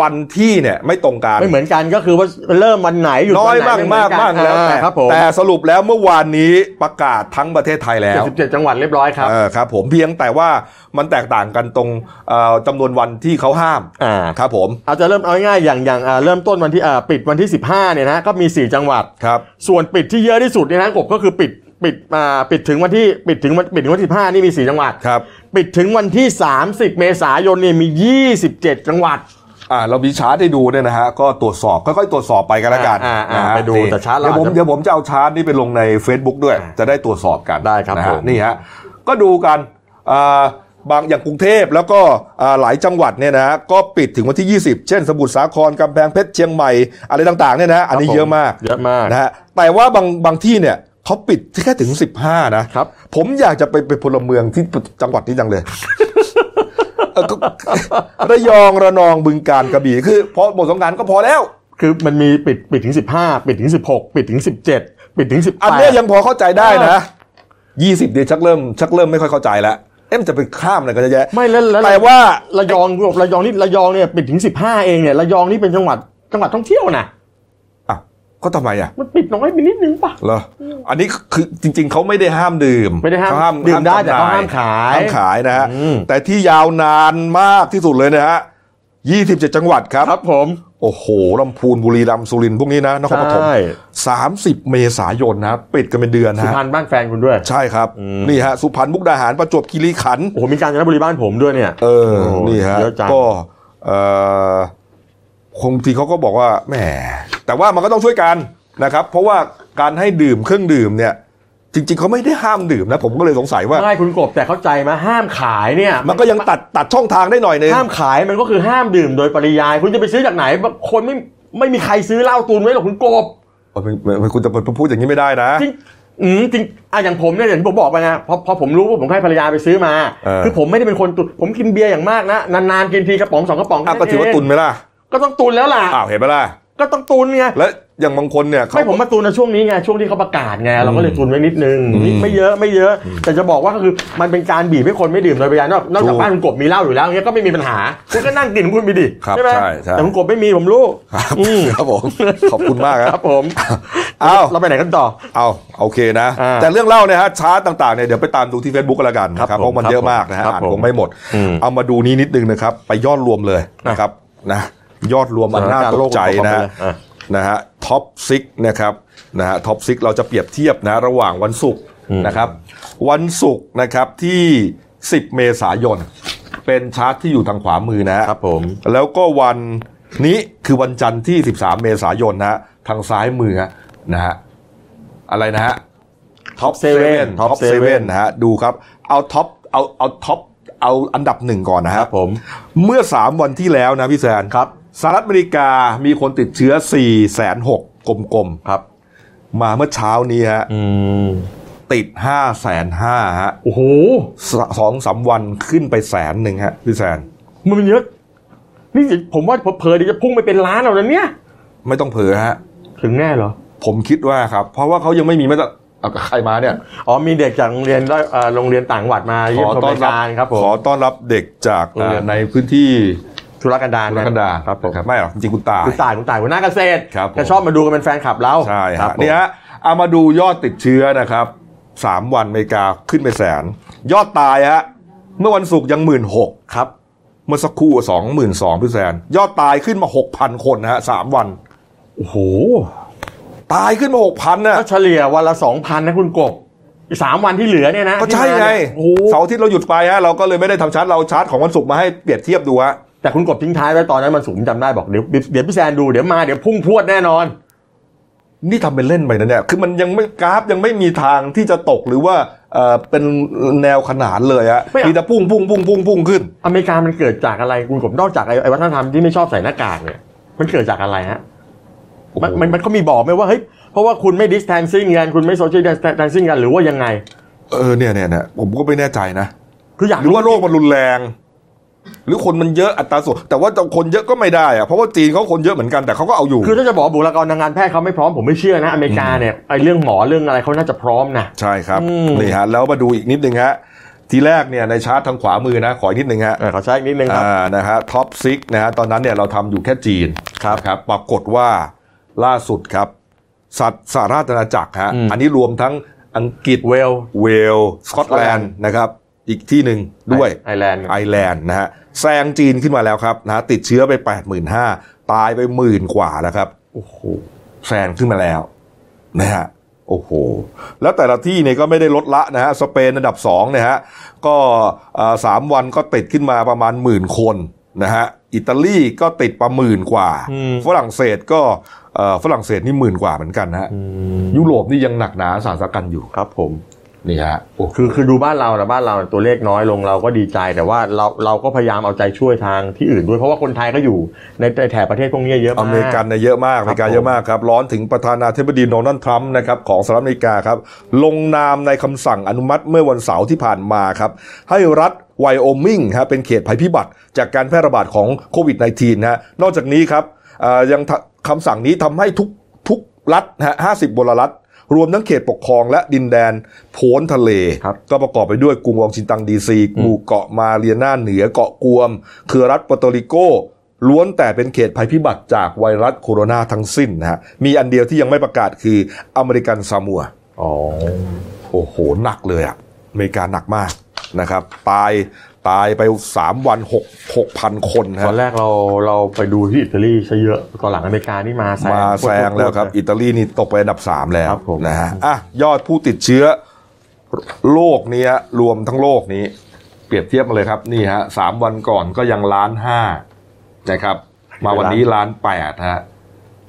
วันที่เนี่ยไม่ตรงกัน
ไม่เหมือนกันก็คือว่าเริ่มวันไหนอยู่
น้อย
วั
บ้าง
นไห
มาก
ไเหอนน
มากแล้วแต่
อ่าครับผม
แต่สรุปแล้วเมื่อวานนี้ประกาศทั้งประเทศไทยแล้ว
77จังหวัดเรียบร้อยครับ
เออครับผมเพียงแต่ว่ามันแตกต่างกันตรงเอ่อจำนวนวันที่เขาห้าม
อ่า
ครับผม
เอาจะเริ่มเอาง่ายๆอย่างอย่างอ่าเริ่มต้นวันที่อ่าปิดวันที่ 15เนี่ยนะก็มี 4 จังหวัด
ครับ
ส่วนปิดที่เยอะที่สุดเนี่ยนะกบก็คือปิดปิดอ่าปิดถึงวันที่ปิดถึงวันปิดถึงวันที่15นี่มี4จังหวัด
ครับ
ปิดถึงวันที่ 30 เมษายนเนี่ยมี 27 จังหวัด
อ่าเรามีชาร์ตให้ดูเนี่ยนะฮะ ก็ตรวจสอบ ค่อยๆ ตรวจสอบไปกันแล้วกัน
อ่าอ่า
นะฮะ
ไปดูแต่ชาร์ตเรา
เดี๋ยวผม
อาจจะ
เดี๋ยวผมจะเอาชาร์ตนี้ไปลงใน Facebook ด้วย
อ่า
จะได้ตรวจสอบกัน
ได้ครับ
นะฮะ
ผม
นี่ฮะ ก็ดูกันอ่าบางอย่างกรุงเทพแล้วก็อ่าหลายจังหวัดเนี่ยนะฮะก็ปิดถึงวันที่ 20 เช่น สมุทรสาครกำแพงเพชรเชียงใหม่ อะไรต่างๆเนี่ยนะฮะอันนี้
ครับผม
เยอะมาก
เยอะมาก
นะฮะแต่ว่าบางบางที่เนี่ยเขาปิดแค่ถึง 15 นะครับ ผมอยากจะไปเป็นพลเมืองที่จังหวัดนี้จังเลย เออก็ ระยองระนองบึงการกระบี่คือพอหมดสงกรารก็พอแล้ว
คือมันมีปิดปิดถึง 15 ปิดถึง 16 ปิดถึง 17 ปิดถึง 18
อันเนี้ยยังพอเข้าใจได้นะยี่สิบเดือนชักเริ่ม ชักเริ่มไม่ค่อยเข้าใจแล้วเอ๊ะมันจะไปข้ามอะไรกันเยอะแยะ
ไม่แล้วแล้ว
แต่ว่า
ระยองระยองนี่ระยองเนี่ยปิดถึง 15 เองเนี่ยระยองนี่เป็นจังหวัดจังหวัดท่องเที่ยวนะ
อ่ะก็ทำไมอ่ะ
มันปิดน้อยไปนิดนึงปะ
เหรออันนี้คือจริง ๆเขาไม่ได้ห้ามดื่ม
ไม่ได้ห้าม
เข
ดื่มได้แต่
จำ
เขา
น่ย
ห้ามขาย
ห้ามขายนะฮะ
อืม
แต่ที่ยาวนานมากที่สุดเลยนะฮะยี่สิบเจ็ดจังหวัดครับ
ครับผม
โอ้โหลำพูนบุรีรัมย์สุรินทร์พวกนี้นะนครปฐม
ใช่
สามสิบเมษายนนะปิดกันเป็นเดือนนะ
สุ
ฮะ
พรรณบ้านแฟนคุณด้วย
ใช่ครับ
อืม
นี่ฮะ สุพรรณมุกดาหารประจวบคีรีขันธ์
โอ้โหมีการจนบุรีบ้านผมด้วยเนี่ย
เออ
โอ้โห
นี่ฮะ
เยอะจัง
ก็เออคงทีเขาก็บอกว่าแหมแต่ว่ามันก็ต้องช่วยกันนะครับ เพราะว่าการให้ดื่มเครื่องดื่มเนี่ย จริง ๆเขาไม่ได้ห้ามดื่มนะ ผมก็เลยสงสัยว่า
ไม่คุณกบแต่เข้าใจไหมห้ามขายเนี่ย
มันก็ยังตัดตัดช่องทางได้หน่อยนึง
ห้ามขายมันก็คือห้ามดื่มโดยปริยาย คุณจะไปซื้อจากไหนคนไม่ไม่มีใครซื้อเหล้าตุนไว้หรอกคุณโกบ
โอ้ยมันมันคุณจะพูดอย่างนี้ไม่ได้นะ
จริงอืมจริงอ่ะอย่างผมเนี่ยอย่างที่ผมบอกไปนะพอพอผมรู้ว่าผมให้ภรรยาไปซื้อมา
เออ
คือผมไม่ได้เป็นคนตุนผมกินเบียร์อย่างมากนะนานๆกินทีกระป๋องสองกระป๋อง
อ้าวก็
แค่
ถือว่า
เง
ตุนไหมล่ะ
ก็ต้องตุนแล้วล่ะ
อ้าวเห็นไหมล่ะ
ก็ต้องตุนไง
แล้วอย่างบางคนเนี่ยเขา
ไม่ผมมาตุนในช่วงนี้ไงช่วงที่เขาประกาศไงเราก็เลยตุนไว้นิดนึงนิดไม่เยอะไม่เยอะ แต่จะบอกว่าก็คือมันเป็นการบีบให้คนไม่ดื่มโดยปริยายนอกนอกจากบ้านคุณกบมีเหล้าอยู่แล้วเงี้ยก็ไม่มีปัญหาคุณก็นั่งกินของคุณไปดิ
ครับ
ใช่ไหม
ใช่ใช่
แต่คุณกบไม่มีผมรู้
ครับ
อืม
ครับผมขอบคุณมากค
ค
รั
รั
บบ
ผม
อ้าว
เราไปไหนกันต่อ
เอาโอเคนะ
อ่า
แต่เรื่องเล่าเนี่ยฮะชาร์ตต่างๆเนี่ยเดี๋ยวไปตามดูที่ Facebook ก็แล้วกันนะครับ
ครับผม
เพราะมันเยอะมากนะฮะ
ครับ
อ่าน
ผม
คงไม่หมด
อืม
เอามาดูนี้นิดนึงนะครับ ไปยอดรวมเลยนะครับนะยอดรวมมันน่า
สถานการ
ตก
ณ์
ใจนะฮะ
โลกมันประกอบไปเลยอ่ะ
นะฮะท็อปซิกนะครับนะฮะท็อปซิกเราจะเปรียบเทียบนะระหว่างวันศุกร์
อืม
นะครับ วันศุกร์นะครับที่ 10 เมษายน เป็นชาร์ตที่อยู่ทางขวามือนะฮะ
ครับผม
แล้วก็วันนี้คือวันจันทร์ที่ 13 เมษายนนะฮะทางซ้ายมือฮะนะฮะอะไรนะฮะ
Top Seven
ท็อ
Top
ปเซเว่น
Seven
นะฮะดูครับ เอาท็อปเอาเอาท็อปเอาอันดับหนึ่งก่อนนะ
ค
ค
รั
รั
บบ ผม
เมื่อ 3 วันที่แล้วนะพี่แซน
ครับ
สหรัฐอเมริกามีคนติดเชื้อ4 6 0 0 0กลม
ครับ
ๆ มาเมื่อเช้านี้ฮะ
อืม
ติด 5 5 0 0 0ฮะ
โอ้โห
สสองสามวันขึ้นไปแสนหนึ่งฮะพี่แซน
มันเยอะนี่สิผมว่าเผลอๆเดี๋ยวจะพุ่งไปเป็นล้านเอาแล้วเนี่ย
ไม่ต้องเผลอฮะ
ถึงแน่เหรอ
ผมคิดว่าครับ เพราะว่าเขายังไม่มีมาตรเอากับใครมาเนี่ย
อ๋อมีเด็กจากโรงเรียนได้เอ่อโรงเรียนต่างจังหวัดมาเยี่ยมชมรายการครับผม
ขอต้อนรับเด็กจาก
โรงเรียน
เอ่อในพื้นที่
ธุรกันดาร
ธุรกันดาร
ครับผม
นะไม่หรอกจริงๆคุณ ตาย
คุณต่ายคุณต่ายหัวหน้าเกษตร
ครับผม
จะชอบมาดูกันเป็นแฟนคลับเรา
ใช่
ครั
ฮะ
บผม
เนี่ยฮะเอามาดูยอดติดเชื้อนะครับสามวันอเมริกาขึ้นไปแสน ยอดตายฮะเมื่อวันศุกร์ยังหมื่นหก
ครับ
เมื่อสักครู่สองหมื่นสองพี่แสน ยอดตายขึ้นมาหกพันคนนะฮะสามวัน
โอ้โห
ตายขึ้นมาหกพันนะ
ก็เฉลี่ยวันละสองพันนะคุณกบอีกสามวันที่เหลือเนี่ยนะ
ก็ใช่ไง
โอ้โห
เสาร์อาที่เราหยุดไปฮะเราก็เลยไม่ได้ทำชาร์ตเราชาร์ตของวันศุกร์มาให้เปรียบเทียบดูฮะ
แต่คุณกบทิ้งท้ายไว้ตอนนั้นมันสูงจำได้บอกเดี๋ยวเดี๋ยวพี่แซนดูเดี๋ยวมาเดี๋ยวพุ่งพรวดแน่นอน
นี่ทำเป็นเล่นไปนะเนี่ยคือมันยังไม่กราฟยังไม่มีทางที่จะตกหรือว่าเอ่อเป็นแนวขนานเลยฮะ
ไม่เอา
มีแต่พุ่งพุ่งพุ่งพุ่งพุ่งขึ้น
อเมริกามันเกิดจากอะไรคุณกบนอกจากไอ้ไอ้วัฒนธรรมที่ไม่ชอบใส่หน้ากากเนี่ยมันเกิดจากอะไรฮะ มันมันมันก็มีบอกไหมว่าเฮ้ยเพราะว่าคุณไม่ distancing กันคุณไม่ social distancing กันหรือว่ายังไง
เออเนี่ยเนี่ยเนี่ยผมก็ไม่แน่ใจนะ
คืออยาก
หรือว่าโรคมันรุนแรง หรือคนมันเยอะอัตราส่วนแต่ว่าคนเยอะก็ไม่ได้อะเพราะว่าจีนเขาคนเยอะเหมือนกันแต่เขาก็เอาอยู่
คือถ้าจะบอกว่าบุคลากรทางการแพทย์เขาไม่พร้อมผมไม่เชื่อนะ อเมริกาเนี่ยไอ้เรื่องหมอเรื่องอะไรเขาน่าจะพร้อมนะ
ใช่ครับ
อืม
นี่ฮะแล้วมาดูอีกนิดนึงฮะ ทีแรกเนี่ยในชาร์ตทางขวามือนะ ขออีกนิดนึงฮะ
เออขอใช้อีกนิดนึงครับ
อ่านะฮะท็อปซิกนะฮะตอนนั้นเนี่ยเราทำอยู่แค่จีน
ครับ
นะครับปรากฏว่าล่าสุดครับสัตว์สหราชอาณาจักรฮะ
อืม
อันนี้รวมทั้งอังกฤษ
เวล
เวลสกอตแลนด์นะครับอีกที่หนึ่งด้วย
ไอแลนด์
ไอร์แลนด์นะฮะแซงจีนขึ้นมาแล้วครับนะฮะติดเชื้อไป 85,000 ตายไปหมื่นกว่าแล้วครับ
โอ้โห
แซงขึ้นมาแล้วนะฮะโอ้โห แล้วแต่ละที่เนี่ยก็ไม่ได้ลดละนะฮะสเปนอันดับ2นะฮะก็เอ่อสามวันก็ติดขึ้นมาประมาณหมื่นคนนะฮะอิตาลีก็ติดประหมื่นกว่า
อืม
ฝรั่งเศสก็เอ่อฝรั่งเศสนี่หมื่นกว่าเหมือนกันนะฮะยุโรปนี่ยังหนักหนาสาสกันอยู่
ครับผม
นี่ฮะโอ้
คือคือดูบ้านเราแต่บ้านเราตัวเลขน้อยลงเราก็ดีใจ แต่ว่าเราเราก็พยายามเอาใจช่วยทางที่อื่นด้วยเพราะว่าคนไทยก็อยู่ในในแถบประเทศพวกนี้เยอะมาก
อเมริกันเนี่ยเยอะมากอเมริกา
ครับผม
เยอะมากครับ ร้อนถึงประธานาธิบดีโดนัลด์ทรัมป์นะครับของสหรัฐอเมริกาครับ ลงนามในคำสั่งอนุมัติเมื่อวันเสาร์ที่ผ่านมาครับ ให้รัฐไวโอมิงฮะเป็นเขตภัยพิบัติ จากการแพร่ระบาดของโควิด -19 นะฮะนอกจากนี้ครับเอ่อยังทำคำสั่งนี้ทำให้ทุกทุกรัฐนะฮะห้าสิบบนรัฐ รวมทั้งเขตปกครองและดินแดนโพ้นทะเล
ครับ
ก็ประกอบไปด้วยกรุงวองชินตังดีซีหมู่เกาะมาเรียนาเหนือเกาะกวม คือรัฐปอร์โตริโก ล้วนแต่เป็นเขตภัยพิบัติจากไวรัสโคโรนาทั้งสิ้นนะฮะ มีอันเดียวที่ยังไม่ประกาศคืออเมริกันซามัว
อ๋อ
โอ้โห หนักเลยอะอเมริกาหนักมากนะครับ ตายตายไป 3 วัน6 6 0 0 คนฮะ
ตอนแรกเราเราไปดูที่อิตาลีซะเยอะตอนหลังอเมริกานี่มาแซง
มาแซงแล้วครับ อิตาลีนี่ตกไปอันดับ 3 แล้ว
ครับผม
นะฮะอ่ะยอดผู้ติดเชื้อโลกเนี้ยรวมทั้งโลกนี้ เปรียบเทียบมาเลยครับ นี่ฮะสามวันก่อนก็ยังล้านห้านะครับ มาวันนี้ล้านแปดฮะ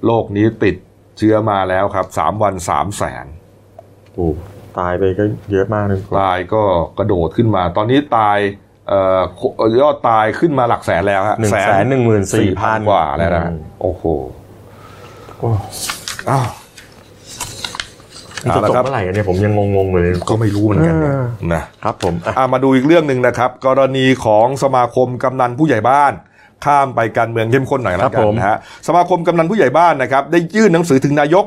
โลกนี้ติดเชื้อมาแล้วครับสามวันสามแสน
โอ้ตายไปก็เยอะมากเลย
ตายก็กระโดดขึ้นมา ตอนนี้ตายเอ่อโคยอดตายขึ้นมาหลักแสนแล้วฮะ
หนึ่งแสนหนึ่งหมื่นสี่พัน
กว่าแล้วนะฮะโอ้โหอ้าว
จะจบเมื่อไหร่อะเนี่ยผมยังงงๆเลย
ก็ไม่รู้เหมือนกันเนี่ย
อ่า
นะครับ
ผมอ่ะ
อ่ะมาดูอีกเรื่องหนึ่งนะครับ กรณีของสมาคมกำนันผู้ใหญ่บ้าน ข้ามไปการเมืองเข้มข้นหน่อยแล้วกันนะฮะสมาคมกำนันผู้ใหญ่บ้านนะครับ ได้ยื่นหนังสือถึงนายก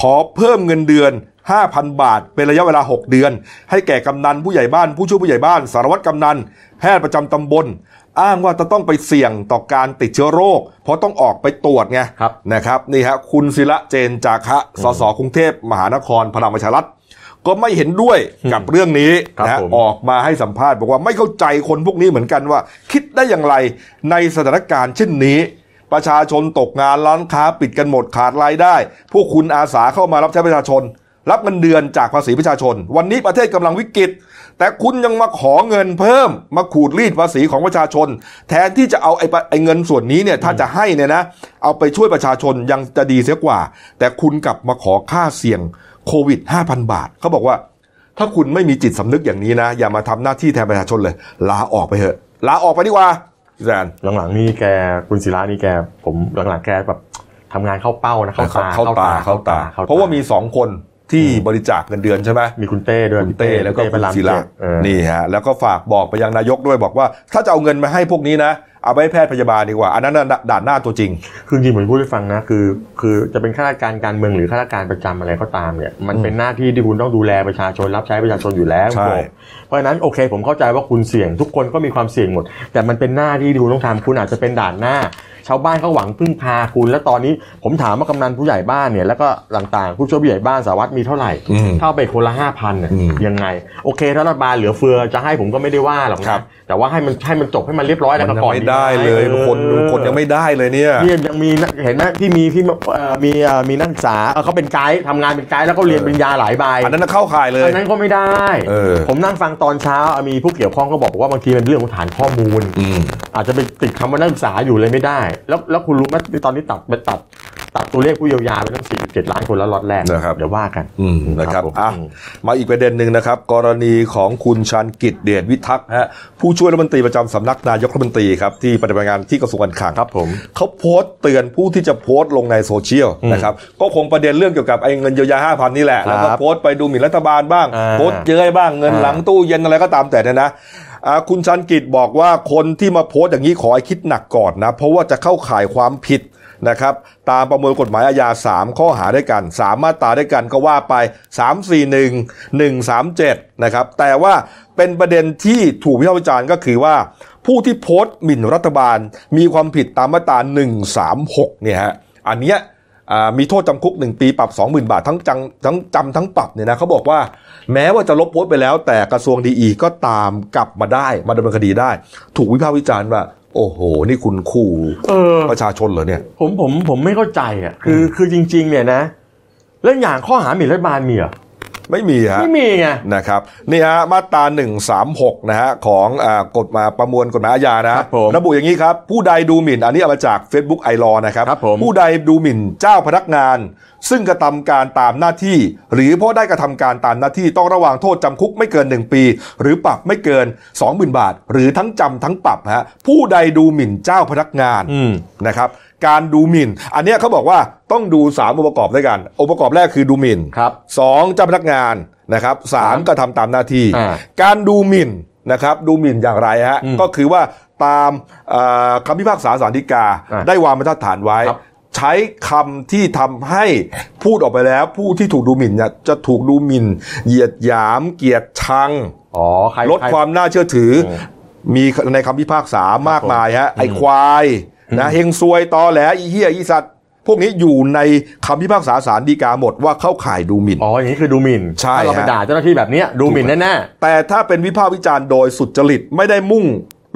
ขอเพิ่มเงินเดือน 5,000 บาท เป็นระยะเวลา 6 เดือน ให้แก่กำนันผู้ใหญ่บ้าน ผู้ช่วยผู้ใหญ่บ้าน สารวัตรกำนันแพทย์ประจำตำบล อ้างว่าจะต้องไปเสี่ยงต่อการติดเชื้อโรค เพราะต้องออกไปตรวจไง
ครับ
นะครับนี่ฮะคุณศิระเจนจาคะสสกรุงเทพมหานครพลังประชารัฐก็ไม่เห็นด้วยกับเรื่องนี้
ครับ
นะฮะ
ผม
ออกมาให้สัมภาษณ์ บอกว่าไม่เข้าใจคนพวกนี้เหมือนกันว่า คิดได้อย่างไรในสถานการณ์เช่นนี้ ประชาชนตกงานร้านค้าปิดกันหมดขาดรายได้ พวกคุณอาสาเข้ามารับใช้ประชาชน รับเงินเดือนจากภาษีประชาชน วันนี้ประเทศกำลังวิกฤต แต่คุณยังมาขอเงินเพิ่ม มาขูดรีดภาษีของประชาชน แทนที่จะเอาไอ้ปะไอ้เงินส่วนนี้เนี่ยถ้าจะให้เนี่ยนะเอาไปช่วยประชาชนยังจะดีเสียกว่า แต่คุณกลับมาขอค่าเสี่ยงโควิด 5,000 บาทเขาบอกว่า ถ้าคุณไม่มีจิตสำนึกอย่างนี้นะ อย่ามาทำหน้าที่แทนประชาชนเลย ลาออกไปเถอะ ลาออกไปดีกว่าพี่แซน
หลังๆนี่แกคุณศิระนี่แกผมหลังๆแกแบบทำงานเข้าเป้านะเข้าตา
เข้าตาเข้าตา
เข้
เพราะว่ามีสองคนที่บริจาคเงินเดือนใช่ไหม
มีคุณเต้ด้วย
คุณเต้แล้วก็
ป
คุณ
ราม
ศิระ
เจ็ดเออ
นี่ฮะแล้วก็ฝากบอกไปยังนายกด้วยบอกว่า ถ้าจะเอาเงินมาให้พวกนี้นะ เอาไปให้แพทย์พยาบาลดีกว่า อันนั้นน่ะด่านหน้าตัวจริง
คือจริงผมพูดให้ฟังนะคือคือจะเป็นข้าราชการการเมืองหรือข้าราชการประจำอะไรก็ตามเนี่ยมัน
อืม
เป็นหน้าที่ที่คุณต้องดูแลประชาชนรับใช้ประชาชนอยู่แล้ว
ใช่
ผมเพราะฉะนั้นโอเคผมเข้าใจว่าคุณเสี่ยง ทุกคนก็มีความเสี่ยงหมด แต่มันเป็นหน้าที่ที่คุณต้องทำคุณอาจจะเป็นด่านหน้า ชาวบ้านเขาหวังพึ่งพาคุณ แล้วตอนนี้ผมถามว่ากำนันผู้ใหญ่บ้านเนี่ยแล้วก็ต่างๆ ผู้ช่วยผู้ใหญ่บ้านสารวัตรมีเท่าไหร่
อืม
เข้าไปคนละห้าพันเนี่ย
อืม
ยังไง โอเคถ้ารัฐบาลเหลือเฟือจะให้ผมก็ไม่ได้ว่าหรอก
ครั
นะ
บ
แต่ว่าให้มันให้มันจบให้มันเรียบร้อย
มั
แล้ว
น
ก็
ยัง
ก่อน
ไม่ได้เลย
หม
บางคน
เออ
บางคนยังไม่ได้เลยเนี่ย
เนี่ยยังมีนักเห็นนะที่มีที่เอ่อมีเอ่อมีนักศึกษาเอ่อเขาเป็นไกด์ทำงานเป็นไกด์แล้วก็เรียน
เออ
ปริญญาหลายใบ
อันนั้นนะเข้าข่ายเลย
อันนั้นก็ไม่ได้
เออ
ผมนั่งฟังตอนเช้าอ่ะมีผู้เกี่ยวข้องก็บอกว่าบางทีมันเป็นเรื่องของฐานข้อมูล
อืม
อาจจะไปติดคำว่านักศึกษาอยู่เลยไม่ได้ แล้วแล้วคุณรู้ไหมตอนนี้ตัดไปตัดตัดตัวเลขผู้เยียวยาไปตั้ง47ล้านคนแล้วล็อตแรก
นะครับ
เดี๋ยวว่ากัน
อืมนะครับ
ผม
อ่ะมาอีกประเด็นหนึ่งนะครับ กรณีของคุณชันกิจเดชวิทักษ์ฮะผู้ช่วยรัฐมนตรีประจำสำนักนายกรัฐมนตรีครับที่ปฏิบัติงานที่กระทรวงการคลัง
ครับผม
เขาโพสต์เตือนผู้ที่จะโพสต์ลงในโซเชียล
อืม
นะครับก็คงประเด็นเรื่องเกี่ยวกับไอ้เงินเยียวยา 5,000 นี่แหละ
ครับ
แล้วก็โพสต์ไปดูหมิ่นรัฐบาลบ้าง
อ่า
โพสต์เย้ยบ้างเงิน
อ่า
หลังตู้เย็นอะไรก็ตามแต่เนี่ยนะอ่าคุณชันกิจบอกว่าคนที่มาโพสต์อย่างนี้ขอให้คิดหนักก่อนนะ เพราะว่าจะเข้าข่ายความผิดนะครับ ตามประมวลกฎหมายอาญา 3 ข้อหาด้วยกัน 3 มาตราด้วยกันก็ว่าไป 341 137 นะครับ แต่ว่าเป็นประเด็นที่ถูกวิพากษ์วิจารณ์ก็คือว่า ผู้ที่โพสต์หมิ่นรัฐบาลมีความผิดตามมาตรา 136 เนี่ยฮะ อันเนี้ยอ่ามีโทษจำคุก 1 ปีปรับ 20,000 บาททั้งจังทั้งจำทั้งปรับเนี่ยนะเขาบอกว่าแม้ว่าจะลบโพสต์ไปแล้ว แต่กระทรวงดีอีก็ตามกลับมาได้มาดำเนินคดีได้ ถูกวิพากษ์วิจารณ์ว่า โอ้โห นี่คุณขู่
เออ
ประชาชนเหรอเนี่ย
ผมผมผมไม่เข้าใจอ่ะคือคือจริง ๆ เนี่ยนะแล้วอย่างข้อหาหมิ่นรัฐบาลมีเหรอ
ไม่มีฮะ
ไม่มีไง
นะครับนี่ฮะมาตรา136 นะฮะของอากฎหมายประมวลกฎหมายอาญานะครับ
ผม
บุอย่างนี้ครับ ผู้ใดดูหมิ่น อันนี้เอามาจาก Facebook ไอรอนะครับ
ครับผม
ผู้ใดดูหมิ่นเจ้าพนักงาน ซึ่งกระทำการตามหน้าที่ หรือเพราะได้กระทำการตามหน้าที่ต้องระวังโทษจำคุกไม่เกิน 1 ปี หรือปรับไม่เกิน 20,000 บาท หรือทั้งจำทั้งปรับฮะผู้ใดดูหมิ่นเจ้าพนักงาน
อืม
นะครับการดูหมิ่น อันเนี้ยเขาบอกว่าต้องดู3องค์ประกอบด้วยกัน องค์ประกอบแรกคือดูหมิ่น
ครับ
สองเจ้าพนักงานนะครับสาม
ครับ
กระทำตามหน้าที่
อ่า
การดูหมิ่นนะครับดูหมิ่นอย่างไรฮะ
อืม
ก็คือว่าตามเอ่อคำพิพากษาสารฎีกา
อ่า
ได้วางบรรทัดฐานไว้
ครับ
ใช้คำที่ทำให้พูดออกไปแล้ว ผู้ที่ถูกดูหมิ่นเนี่ยจะถูกดูหมิ่น เหยียดหยาม เกลียดชัง
อ๋อใคร
ลด
ใร
ความน่าเชื่อถือ
โอ้
มีในคำพิพากษามากมายฮะไอ้ควายนะเฮงซวยตอแหลอีเหี้ยอีสัตว์พวกนี้อยู่ในคำพิพากษาศาลฎีกาหมดว่าเข้าข่ายดูหมิ่น
อ๋อ อย่างนี้คือดูหมิ่น
ใช่
ถ้าเราไป
ฮะ
ด่าเจ้าหน้าที่แบบเนี้ยดูหมิ่นแน่
แต่ถ้าเป็นวิพากษ์วิจารณ์โดยสุจริตไม่ได้มุ่ง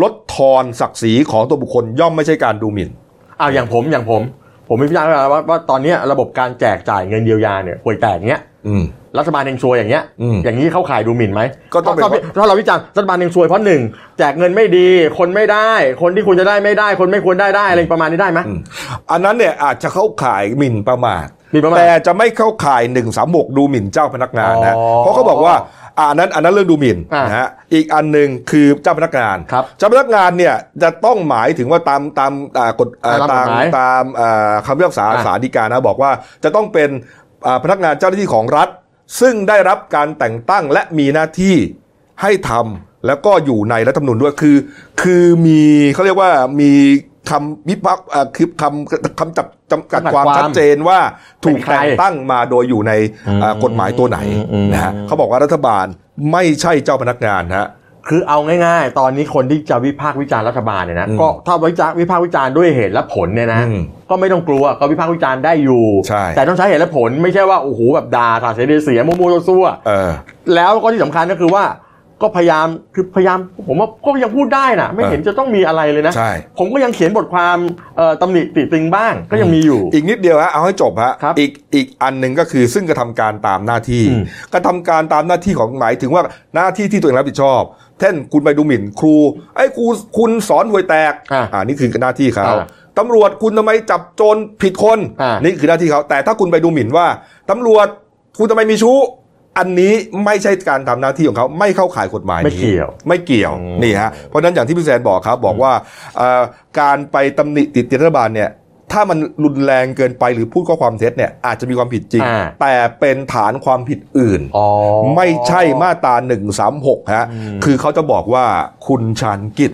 ลดทอนศักดิ์ศรีของตัวบุคคลย่อมไม่ใช่การดูหมิ่น
ๆอ้าวอย่างผมอย่างผม ผมมีพิจารณาว่าว่าตอนเนี้ยระบบการแจกจ่ายเงินเยียวยาเนี่ยห่วยแตกเนี้ย
อืม
รัฐบาลเองซวยอย่างเงี้ย
อืม
อย่างนี้เข้าข่ายดูหมิ่นไหม
ก็ต้องเป็น
ถ้าถ้าเราวิจารณ์รัฐบาลเองซวยเพราะหนึ่งแจกเงินไม่ดี คนไม่ได้ คนที่ควรจะได้ไม่ได้ คนไม่ควรได้ได้อะไรประมาณนี้ได้ไหม
อืม อันนั้นเนี่ยอาจจะเข้าข่ายหมิ่นประมาท
หมิ่นประมาท
แต่จะไม่เข้าข่าย1นึ่งสามกดูหมิ่นเจ้าพนักงานนะ
อ๋อ
เพราะเขาบอกว่าอะอันนั้นอันนั้นเรื่องดูหมิ่น
อ่ะ
นะฮะอีกอันหนึ่งคือเจ้าพนักงาน
ครับ
เจ้าพนักงานเนี่ยจะต้องหมายถึงว่าตามตามอ่ากฎอ่า
ตา
ตาม ม
กฎหมาย
ตามอ่าคำพิพากษา
อ่ะ
ศาลฎีกานะบอกว่าจะต้องเป็นอ่าพนักงานเจ้าหน้าที่ของรัฐ ซึ่งได้รับการแต่งตั้งและมีหน้าที่ให้ทำแล้วก็อยู่ในรัฐธรรมนูญด้วยคือ คือมีเขาเรียกว่ามีคำวิพากษ์อ่าคือคำคำจับจำกัด
จำกัดค
คาว
วาม ม
ชัดเจนว่าถูก
เป็นใคร
แต่งตั้งมาโดยอยู่ในอ่า
อืม
กฎหมายตัวไหน
อืม
นะฮะเขาบอกว่ารัฐบาลไม่ใช่เจ้าพนักงานฮะ
คือเอาง่ายๆ ตอนนี้คนที่จะวิพากษ์วิจารณ์รัฐบาลเนี่ยนะ
อืม
ก็ถ้าวิจารณ์วิพากษ์วิจารณ์ด้วยเหตุและผลเนี่ยนะ
อืม
ก็ไม่ต้องกลัวก็วิพากษ์วิจารณ์ได้อยู่
ใช่
แต่ต้องใช้เหตุและผลไม่ใช่ว่าโอ้โหแบบด่าสาดเสียดเสียมั่วๆซั่วๆ
เออ
แล้วก็ที่สำคัญก็คือว่า ก็พยายามคือพยายามผมว่าก็ยังพูดได้นะไม่เห็นจะต้องมีอะไรเลยนะ
ใช่
ผมก็ยังเขียนบทความเอ่อตำหนิติติงบ้างก็ยังมีอยู่
อีกนิดเดียวฮะเอาให้จบฮะ
ครับ
อีกอีกอันหนึ่งก็คือซึ่งกระทำการตามหน้าที่
อืม
กระทำการตามหน้าที่ของหมายถึงว่าหน้าที่ที่ตัวเองรับผิดชอบเช่นคุณไปดูหมิ่นครูไอ้ยครูคุณสอนหวยแตก
อ่า
นี่คือหน้าที่เขา
อ่า
ตำรวจคุณทำไมจับโจรผิดคน
อ่านี่
นี่คือหน้าที่เขาแต่ถ้าคุณไปดูหมิ่นว่าตำรวจคุณทำไมมีชู้ อันนี้ไม่ใช่การทำหน้าที่ของเขาไม่เข้าข่ายกฎหมายนี้
ไม่เกี่ยว
ไม่เกี่ยว
อืม
นี่ฮะเพราะฉะนั้นอย่างที่พี่แซนบอกครับบอกว่าเอ่อการไปตำหนิติดเตียนรัฐบาลเนี่ย ถ้ามันรุนแรงเกินไปหรือพูดข้อความเท็จเนี่ยอาจจะมีความผิดจริง
อ่า
แต่เป็นฐานความผิดอื่น
อ๋อ
ไม่ใช่มาตรา136 ฮะ
อืม
คือเขาจะบอกว่าคุณชาญกิจ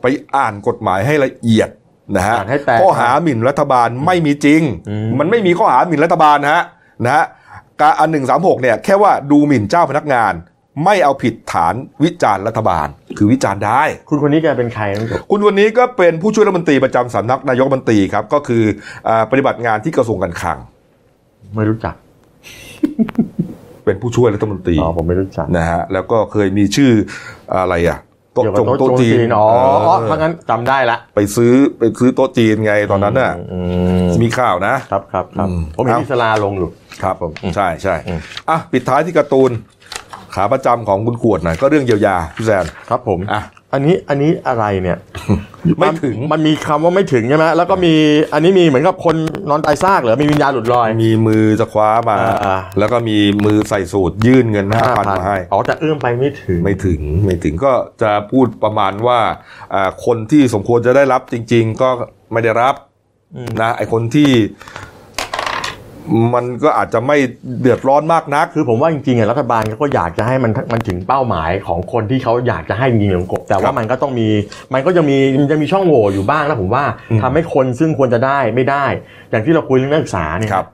ไปอ่านกฎหมายให้ละเอียดนะฮะ
อ่านให้แตก
ข้อหาหมิ่นรัฐบาลไม่มีจริง
อืม
มันไม่มีข้อหาหมิ่นรัฐบาลนะฮะนะฮะการอัน136 เนี่ยแค่ว่าดูหมิ่นเจ้าพนักงาน ไม่เอาผิดฐานวิจารณ์รัฐบาล คือวิจารณ์ได้
คุณคนนี้แกเป็นใครน้องจบ
คุณวันนี้ก็เป็นผู้ช่วยรัฐมนตรีประจำสำนักนายกรัฐมนตรีครับ ก็คืออาปฏิบัติงานที่กระทรวงการคลัง
ไม่รู้จัก
เป็นผู้ช่วยรัฐมนตรี
อ๋อผมไม่รู้จัก
นะฮะแล้วก็เคยมีชื่ออะไรอ่ะโต๊ะ
เกี่ยว
จ
กับ
ง
โต๊ะ
โต๊ะ
จี
จีน
นอ๋ออ๋อ
เออ
เพราะงั้นจำได้ละ
ไปซื้อไปซื้อโต๊ะจีนไงตอนนั้นน่ะ
อืม
มีข่าวนะ
ครับครับครับ
อืม
ผมเห็น
เอ้า
อิสลาลงอยู่
ครับผมใช่ใช่
อืม
อ่ะปิดท้ายที่การ์ตูน ขาประจำของคุณขวดหน่อยก็เรื่องเยียวยาพี่แซน
ครับผม
อ่ะ
อันนี้อันนี้อะไรเนี่ย
ไม่ถึง
มันมันมีคำว่าไม่ถึงใช่ไหมแล้วก็มีอันนี้มีเหมือนกับคนนอนตายซากเหรอมีวิญญาณหลุดลอย
มีมือจะคว้ามา
อ่า
แล้วก็มีมือใส่สูตรยื่นเงินห้าพัน
5,000
มาให้
อ๋อแต่เอื้อมไปไม่ถึง
ไม่ถึงไม่ถึงก็จะพูดประมาณว่าอ่าคนที่สมควรจะได้รับจริง ๆ ก็ไม่ได้รับ
อืม
นะไอคนที่มันก็อาจจะไม่เดือดร้อนมากนัก
คือผมว่าจริงๆอ่ะรัฐบาลเขาก็อยากจะให้มันมันถึงเป้าหมายของคนที่เขาอยากจะให้จริงๆหลวงกบแต่
ครั
ว่า
บ
มันก็ต้องมีมันก็ยังมีมันจะมีช่องโหว่อยู่บ้างนะผมว่า
อืม
ทำให้คนซึ่งควรจะได้ไม่ได้ อย่างที่เราคุยเรื่องนักศึกษาเนี่ย
ครับ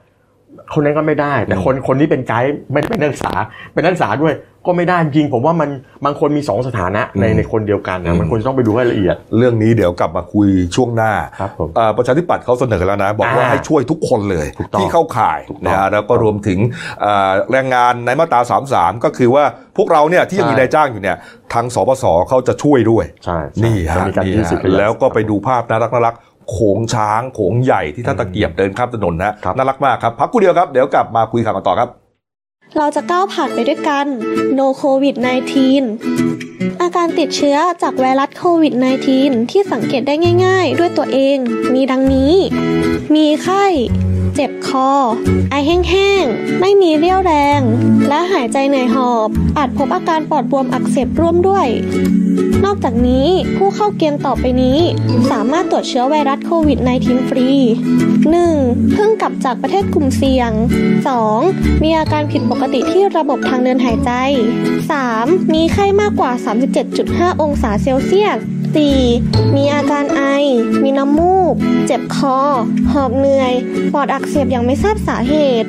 คนนั้นก็ไม่ได้ แต่
อืม
คนคนนี้เป็นไกด์ไม่ไม่เป็นนักศึกษา เป็นนักศึกษาด้วยก็ไม่ได้จริงผมว่ามันบางคนมีสองสถานะในในคนเดียวกันนะมันควรจะต้องไปดูให้ละเอียด
เรื่องนี้เดี๋ยวกลับมาคุยช่วงหน้า
ครับผม
อ่าประชาธิปัตย์เขาเสนอแล้วนะ บอกว่า
อ่า
ให้ช่วยทุกคนเลย
ถูกต้อง
ที่เข้าข่าย
ถูกต้อง
นะฮะแล้วก็รวมถึงอ่าแรงงานในมาตรา 33 ก็คือว่าพวกเราเนี่ยที่ยังมี
ใช่
นายจ้างอยู่เนี่ยทางสปสเขาจะช่วยด้วย
ใช่ใช่
นี่ฮะ
จะมีการ
นี่
ยืด
ฮะ
สิทธิ์ขยาย
แล้วก็ไปดูภาพน่ารักน่ารักโขงช้างโขงใหญ่ที่ท่าตะเกียบเดินข้ามถนนนะฮะ
ครับ
น่ารักมากครับ พักกูเดียวครับ เดี๋ยวกลับมาคุยข่าวกันต่อครับ
เราจะก้าวผ่านไปด้วยกัน No COVID 19 อาการติดเชื้อจากไวรัสโควิด -19 ที่สังเกตได้ง่ายๆ ด้วยตัวเองมีดังนี้ มีไข้ เจ็บคอ ไอแห้งๆ ไม่มีเรี่ยวแรง และหายใจเหนื่อยหอบ อาจพบอาการปอดบวมอักเสบร่วมด้วย นอกจากนี้ผู้เข้าเกณฑ์ต่อไปนี้ สามารถตรวจเชื้อไวรัสโควิด -19 ฟรี 1. เพิ่งกลับจากประเทศกลุ่มเสี่ยง 2. มีอาการผิดปกติที่ระบบทางเดินหายใจ 3. มีไข้มากกว่า 37.5 องศาเซลเซียส 4. มีอาการไอ มีน้ำมูก เจ็บคอ หอบเหนื่อย ปอดอักเสบอย่างไม่ทราบสาเหตุ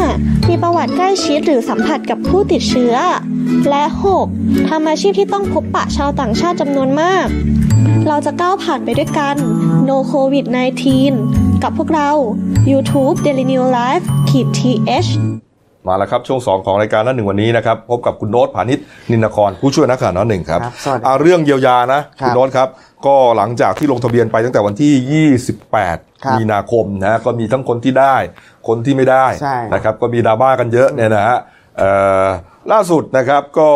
5. มีประวัติใกล้ชิดหรือสัมผัสกับผู้ติดเชื้อ และ 6. ทำอาชีพที่ต้องพบปะชาวต่างชาติจำนวนมาก เราจะก้าวผ่านไปด้วยกัน No COVID 19 กับพวกเรา YouTube Daily New Life ขีด th
มาแล้วครับ ช่วง 2 ของรายการหน้าหนึ่งวันนี้นะครับ พบกับคุณโน้ตผานิชนินนครผู้ช่วยนักข่าวหน้าหนึ่งครับ
ครับสวัสดี
อ่าเรื่องเยียวยานะ
ครับ
คุณโน้ตครับ ก็หลังจากที่ลงทะเบียนไปตั้งแต่วันที่
ครับ
28 มีนาคมนะฮะก็มีทั้งคนที่ได้ คนที่ไม่ได้
ใช่
นะครับก็มีดราม่ากันเยอะเนี่ยนะฮะเอ่อล่าสุดนะครับก็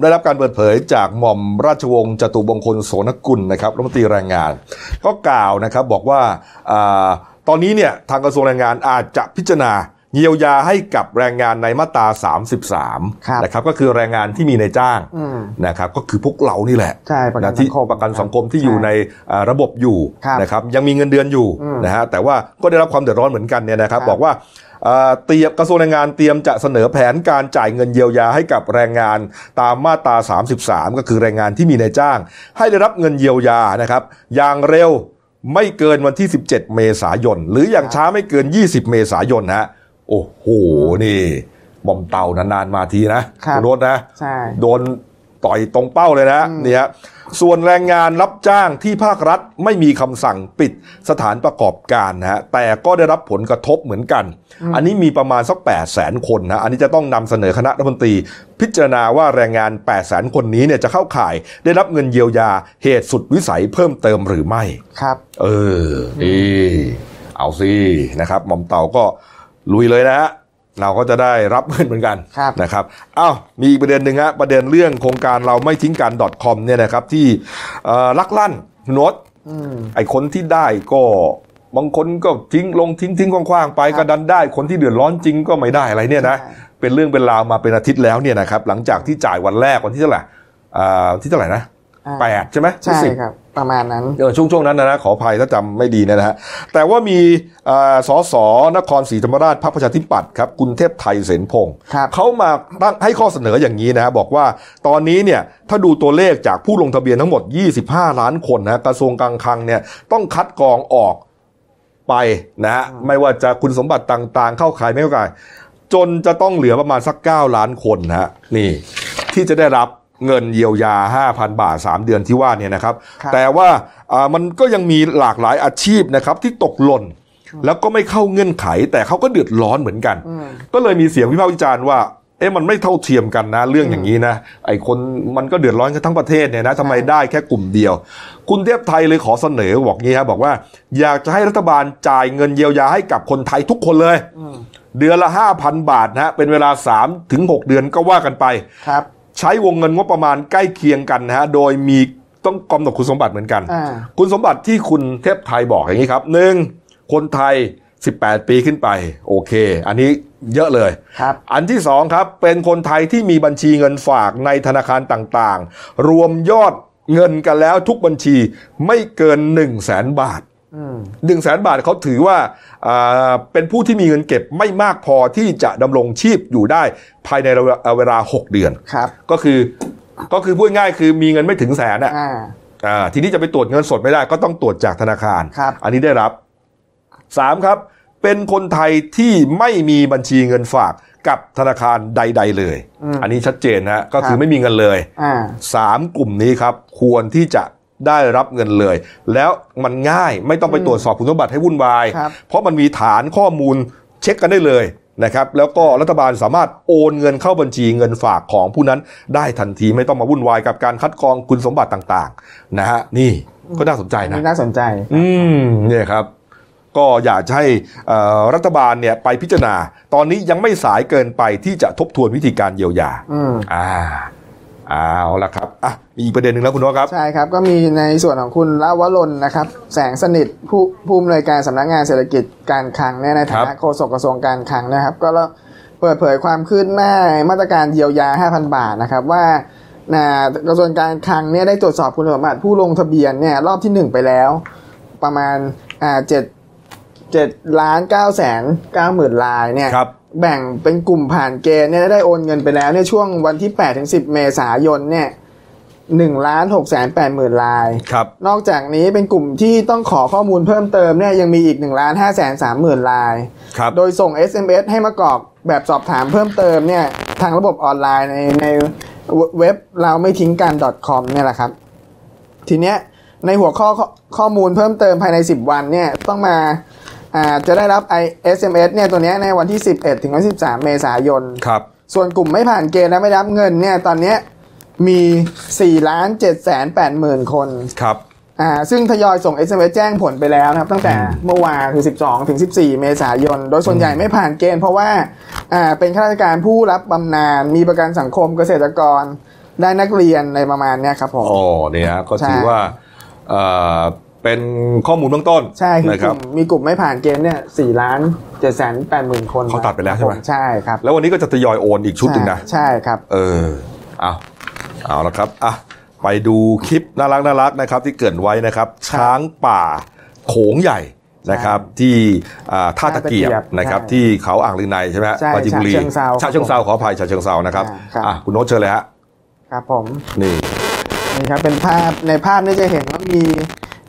ได้รับการเปิดเผยจากหม่อมราชวงศ์จตุบงคลโสนกุลนะครับรัฐมนตรีแรงงาน ก็กล่าวนะครับบอกว่าอ่าตอนนี้เนี่ยทางกระทรวงแรงงานอาจจะพิจารณาเยียวยาให้กับแรงงานในมาตรา
ครับ
33 นะครับก็คือแรงงานที่มีในายจ้าง
อืม
นะครับก็คือพวกเรานี่แหละ
ใช่ประกัน
นะ
สั
ที่
งคม
ประกันสังคม
ใช่
ที่อยู่ในอ่าระบบอยู่
ครับ
นะครับยังมีเงินเดือนอยู่
อืม
นะฮะแต่ว่าก็ได้รับความเดือดร้อนเหมือนกันเนี่ยนะครับ
ครับ
บอกว่าอ่าเตรียมกระทรวงแรงงานเตรียมจะเสนอแผนการจ่ายเงินเยียวยาให้กับแรงงานตามมาตรา 33 ก็คือแรงงานที่มีนายจ้าง ให้ได้รับเงินเยียวยานะครับอย่างเร็วไม่เกินวันที่ 17 เมษายน หรืออย่างช้าไม่เกิน 20 เมษายนฮะโอ้โหนี่บอมเตานานๆมาทีนะครับ ณโรถนะ
ใช่
โดน ต่อยตรงเป้าเลยนะเนี่ยฮะส่วนแรงงานรับจ้างที่ภาครัฐไม่มีคำสั่งปิดสถานประกอบการนะฮะแต่ก็ได้รับผลกระทบเหมือนกัน อันนี้มีประมาณสัก 8 0 0แสนคนนะอันนี้จะต้องนำเสนอคณะรัฐมนตรี พิจารณาว่าแรงงาน 8 0 0แสนคนนี้เนี่ยจะเข้าข่าย ได้รับเงินเยียวยาเหตุสุดวิสัยเพิ่มเติมหรือไม่
ครับ
เออดีเอาสินะครับหม่อมเต่าก็ลุยเลยนะฮะเราก็จะได้รับเงินเหมือนกัน
ครับ
นะครับอ้าวมีอีกประเด็นหนึ่งฮะประเด็นเรื่องโครงการเราไม่ทิ้งกัน .com เนี่ยนะครับที่เอ่อลักลั่นคุณโนต
อืม
ไอ้คนที่ได้ก็บางคนก็ทิ้งลงทิ้งทิ้งคว้างๆไป
ครับ
ก็ดันได้ คนที่เดือดร้อนจริงก็ไม่ได้อะไรเนี่ยนะ
ใช่
เป็นเรื่องเป็นราวมาเป็นอาทิตย์แล้วเนี่ยนะครับหลังจากที่จ่ายวันแรกวันที่เท่าไหร่อ่าวันที่เท่าไหร่นะ
อ่า
แปดใช่ไหมหรือ
ใช่
สิบ
ครับ ประมาณนั้น
เออช่วงช่วงนั้นนะนะขออภัยถ้าจำไม่ดีนะฮะแต่ว่ามีเอ่อสสนครศรีธรรมราชพรรคประชาธิปัตย์ครับคุณเทพไทยเสนพงศ์
ครับ
เขามาตั้งให้ข้อเสนออย่างนี้นะบอกว่าตอนนี้เนี่ยถ้าดูตัวเลขจากผู้ลงทะเบียนทั้งหมด 25 ล้านคนนะกระทรวงการคลังเนี่ยต้องคัดกรองออกไปนะฮะไม่ว่าจะคุณสมบัติต่างๆ เข้าขายไม่เข้าขายจนจะต้องเหลือประมาณสัก 9 ล้านคนนะฮะนี่ ที่จะได้รับเงินเยียวยา 5,000 บาท 3 เดือนที่ว่าเนี่ยนะครับ
ครับ
แต่ว่าอ่ามันก็ยังมีหลากหลายอาชีพนะครับที่ตกหล่น แล้วก็ไม่เข้าเงื่อนไข แต่เขาก็เดือดร้อนเหมือนกัน
อืม
ก็เลยมีเสียงวิพากษ์วิจารณ์ว่า เอ๊ะมันไม่เท่าเทียมกันนะ เรื่องอย่างนี้นะ ไอ้คนมันก็เดือดร้อนกันทั้งประเทศเนี่ยนะทำไมได้แค่กลุ่มเดียว คุณเทพไทยเลยขอเสนอบอกงี้ฮะบอกว่า อยากจะให้รัฐบาลจ่ายเงินเยียวยาให้กับคนไทยทุกคนเลย
อืม
เดือนละ 5,000 บาทนะฮะเป็นเวลา 3-6 เดือนก็ว่ากันไป
ครับ
ใช้วงเงินงบประมาณใกล้เคียงกันนะฮะ โดยมีต้องกำหนดคุณสมบัติเหมือนกัน
อ่า
คุณสมบัติที่คุณเทพไทยบอกอย่างนี้ครับหนึ่งคนไทย 18 ปีขึ้นไป โอเค อันนี้เยอะเลย
ครับ
อันที่สองครับ เป็นคนไทยที่มีบัญชีเงินฝากในธนาคารต่างๆ รวมยอดเงินกันแล้วทุกบัญชีไม่เกิน 1 0 0 0 0แสนบาท
อืม
1 0 0 0 0แบาทเขาถือว่าอ่าเป็นผู้ที่มีเงินเก็บไม่มากพอที่จะดำรงชีพอยู่ได้ภายในเวลา 6 เดือน
ครับ
ก็คือก็คือพูดง่ายคือมีเงินไม่ถึงแสนอ่ะ
อ่า
อ่าทีนี้จะไปตรวจเงินสดไม่ได้ก็ต้องตรวจจากธนาคาร
ครับ
อันนี้ได้รับสามครับ เป็นคนไทยที่ไม่มีบัญชีเงินฝากกับธนาคารใด ๆ เลย
อืม
อันนี้ชัดเจนนะฮะก็คื
ครั
อบ ไม่มีเงินเลย
อ่า
สามกลุ่มนี้ครับ ควรที่จะได้รับเงินเลย แล้วมันง่ายไม่ต้องไป
อืม
ตรวจสอบคุณสมบัติให้วุ่นวาย
ครับ
เพราะมันมีฐานข้อมูลเช็คกันได้เลยนะครับ แล้วก็รัฐบาลสามารถโอนเงินเข้าบัญชีเงินฝากของผู้นั้นได้ทันทีไม่ต้องมาวุ่นวายกับการคัดกรองคุณสมบัติต่างๆนะฮะนี่ก็น่าสนใจ
อัน
นะ
นี้น่าสนใจ
อืมเนี่ยครับ ก็อยากจะให้เอ่อรัฐบาลเนี่ยไปพิจารณา ตอนนี้ยังไม่สายเกินไปที่จะทบทวนวิธีการเยียวยา
อืม
อ่าเอาละครับอ่ะมีอีกประเด็นหนึ่งแล้วคุณโน้ตครับ
ใช่ครับ ก็มีในส่วนของคุณละวรนนะครับ แสงสนิทผู้ผู้อำนวยการสำนักงานเศรษฐกิจการคลังเนี่ยในฐา
ครั
นะ
บ
โฆษกกระทรวงการคลังนะครับ ก็แล้วเปิดเผยความคืบหน้ามาตรการเยียวยา 5,000 บาทนะครับว่าอ่ากระทรวงการคลังเนี่ยได้ตรวจสอบคุณสมบัติผู้ลงทะเบียนเนี่ยรอบที่ 1 ไปแล้ว ประมาณอ่าเจ็ดเจ็ดล้านเก้าแสนเก้าหมื่นลายเนี่ย
ครับ
แบ่งเป็นกลุ่มผ่านเกณฑ์เนี่ยได้โอนเงินไปแล้วเนี่ยช่วงวันที่8ถึง10 เมษายนเนี่ย1ล้าน6แสน8หมื่นลาย
ครับ
นอกจากนี้เป็นกลุ่มที่ต้องขอข้อมูลเพิ่มเติมเนี่ยยังมีอีก1ล้าน5แสน3หมื่นลาย
ครับ
โดยส่ง SMS ให้มากรอกแบบสอบถามเพิ่มเติมเนี่ยทางระบบออนไลน์ในในเว็บเราไม่ทิ้งกัน .com เนี่ยแหละครับ ทีเนี้ยในหัวข้อข้อข้อมูลเพิ่มเติมภายใน 10 วันเนี่ยต้องมาอ่าจะได้รับ i SMS เนี่ยตัวเนี้ยในวันที่ 11 ถึงวันที่13 เมษายน
ครับ
ส่วนกลุ่มไม่ผ่านเกณฑ์และไม่รับเงินเนี่ยตอนเนี้ยมี4ล้าน7แสน8หมื่นคน
ครับ
อ่าซึ่งทยอยส่ง SMS แจ้งผลไปแล้วนะครับ ตั้งแต่เมื่อวานคือ 12 ถึง 14 เมษายน โดยส่วนใหญ่ไม่ผ่านเกณฑ์เพราะว่าอ่าเป็นข้าราชการผู้รับบำนาญมีประกันสังคมเกษตรกร ได้นักเรียนอะไรประมาณเนี้ยครับผม
อ๋อเนี่ยฮะก็ถือ
ใช่
ว่าเอ่อเป็นข้อมูลเบื้องต้น
ใช่คือ
นะ
ก
ครั
ลุ่
บ
มมีกลุ่มไม่ผ่านเกณฑ์เนี่ย4ล้าน7แสน8หมื่นคน
เขาตัดไปแล้วใช่ไหม
ครับผใช่ครับ
แล้ววันนี้ก็จะทยอยโอนอีกชุดหนึ่งนะ
ใช่ครับ
เออ เอาเอาละครับ อ่ะ ไปดูคลิปน่ารักน่ารักนะครับ ที่เกริดไว้นะครับ ช้างป่าโขงใหญ่นะครับ ที่อ่าท่าตะเกียบ
ท่าตะเกียบ
นะครับ
ใช่
ที่เขาอ่างลือในใช่ไหมฮะ
ใช่
ปราจีนบุรี
ฉะ
ชา
เชิงเทรา
เชิงเซาขออภัยชาเชิงเซานะครับ
อ่าครับ
อ่ะ คุณโน้ตเชิญเลยฮะ
ครับผม
นี่
นี่ครับเป็นภาพในภาพเนี่ยจะเห็นว่ามี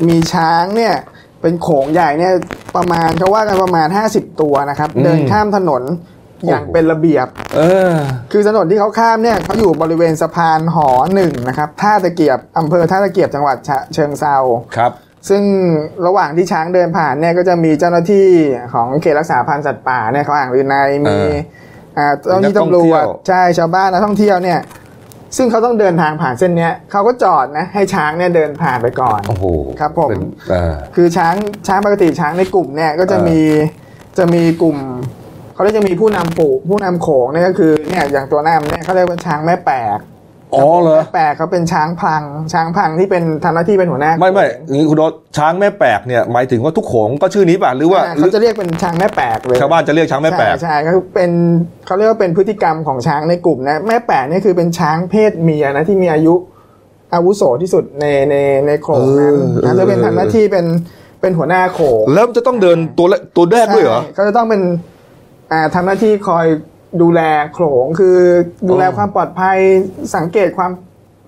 มีช้างเนี่ยเป็นโขงใหญ่เนี่ยประมาณเขาว่ากันประมาณ 50 ตัวนะครับ
อืม
เดินข้ามถนน อย่างเป็นระเบียบ
เออ
คือถนนที่เขาข้ามเนี่ยเขาอยู่บริเวณสะพานหอหนึ่งนะครับท่าตะเกียบอำเภอท่าตะเกียบจังหวัดฉะเชิงเซา
ครับ
ซึ่งระหว่างที่ช้างเดินผ่านเนี่ยก็จะมีเจ้าหน้าที่ของเขตรักษาพันธุ์สัตว์ป่าเนี่ยเขาอ่างลือในมี
เออ
อ่าเจ้าหน้า
มี
ที่
นักท่อง
ตำร
เที่
ว
ยว
จใช่ชาวบ้านนักท่องเที่ยวเนี่ย ซึ่งเขาต้องเดินทางผ่านเส้นเนี้ยเขาก็จอดนะให้ช้างเนี่ยเดินผ่านไปก่อน
โอ้โห
ครับผม
เป็นอ่า
คือช้างช้างปกติช้างในกลุ่มเนี่ยก็จะ
เออ
มีจะมีกลุ่มเขาเรียกจะมีผู้นำปู่ผู้นำโขงเนี่ยก็คือเนี่ยอย่างตัวหน้ามันเนี่ยเขาเรียกว่าช้างแม่แปลก
อ๋อเหรอ
แม่แปลกเขาเป็นช้างพลัง ช้างพลังที่เป็นทำหน้าที่เป็นหัวหน้า
ไม่ไม่อย่างนี้คุณโดช้างแม่แปลกเนี่ยหมายถึงว่าทุกโขงก็ชื่อนี้ป่ะหรือว่า
เขาจะเรียกเป็นช้างแม่แปลกเลย
ชาวบ้านจะเรียกช้างแม่แปลก
ใช่ใช่ก็เป็นเขาเรียกว่าเป็นพฤติกรรมของช้างในกลุ่มนะแม่แปะเนี่ยคือเป็นช้างเพศเมียนะที่มีอายุอาวุโสที่สุดในในในโขลงนั้น
เออ
นะจะเป็นทำหน้าที่เป็นเป็นหัวหน้าโขลง
แล้วจะต้องเดินตัวละตัวแรกด้วยเหรอ
ใช่ก็จะต้องเป็นอ่าทำหน้าที่คอยดูแลโขลงคือดูแล
อ๋อ
ความปลอดภัยสังเกตความ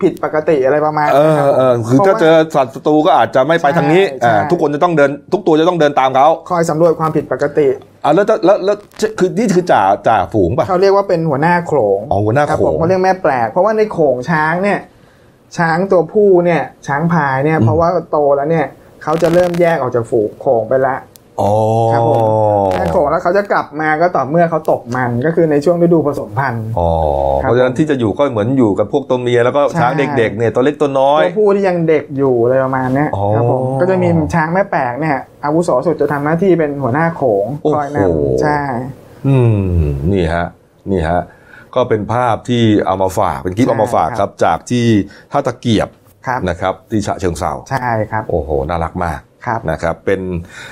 ผิดปกติอะไรประมาณ
เอ
นี้
อ
ครับ
เออคือ
พระ
ถ้า
ว่
เจอสัตว์ศัตรูก็อาจจะไม่ไปทางนี้
ใช่ใช่
อ่าทุกคนจะต้องเดิน ทุกตัวจะต้องเดินตามเขา
คอยสำรวจความผิดปกติ
อ่าแล้วถ้าแล้วแล้วคือนี่คือจ่าจ่าฝูงป่ะ
เขาเรียกว่าเป็นหัวหน้าโขลง
อ๋อหัวหน้า
ครับ
โขลง
ผมเขาเรียกแม่แปลก เพราะว่าในโขลงช้างเนี่ย ช้างตัวผู้เนี่ย ช้างพายเนี่ย เพ
อื
ราะ
ม
ว่าโตแล้วเนี่ย เขาจะเริ่มแยกออกจากฝูงโขลงไปละ
อ๋อ
ครับผม แม่โขลงแล้วเขาจะกลับมาก็ต่อเมื่อเขาตกมันก็คือในช่วงฤดูผสมพันธุ์
อ๋อ
ครับ
เพราะฉะนั้นที่จะอยู่ก็เหมือนอยู่กับพวกตัวเมียแล้วก็
ใช่
ช้างเด็กๆเนี่ยตัวเล็กตัวน้อย
ตัวผู้ที่ยังเด็กอยู่อะไรประมาณเนี้ย
อ๋อ
ครับผมก็จะมีช้างแม่แปลกเนี่ยอาวุโสสุดจะทำหน้าที่เป็นหัวหน้าโขลงคอยนำใช่
อืมนี่ฮะนี่ฮะก็เป็นภาพที่เอามาฝากเป็นคลิป
ใช่
เอามาฝากค
ครั
รับ
บ
จากที่ท่าตะเกียบ
ครับ
นะครับที่ฉะเชิงเซา
ใช่ครับ
โอ้โหน่ารักมาก
ครับ
นะครับ เป็น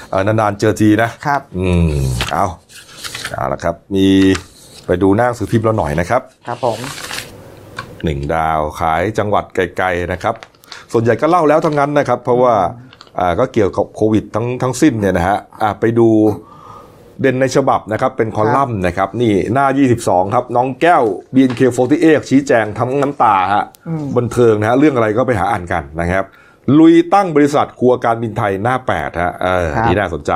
เอ่อนานๆเจอทีนะ
ครับ
อืมเอาเอาละครับ มีไปดูหน้าหนังสือพิมพ์เราหน่อยนะครับ
ครับผม
หนึ่งดาวขายจังหวัดไกลๆนะครับ ส่วนใหญ่ก็เล่าแล้วทั้งนั้นนะครับ เพราะว่าอ่าก็เกี่ยวกับโควิดทั้งทั้งสิ้นเนี่ยนะฮะอ่าไปดูเด่นในฉบับนะครับ เป็นคอลัมน์นะครับ นี่หน้า 22 ครับ น้องแก้ว BNK48 ชี้แจงทั้งน้ำตาฮะบันเทิงนะฮะเรื่องอะไรก็ไปหาอ่านกันนะครับ ลุยตั้งบริษัทครัวการบินไทยหน้า8ฮะเออ
ครับ
นี่น่าสนใจ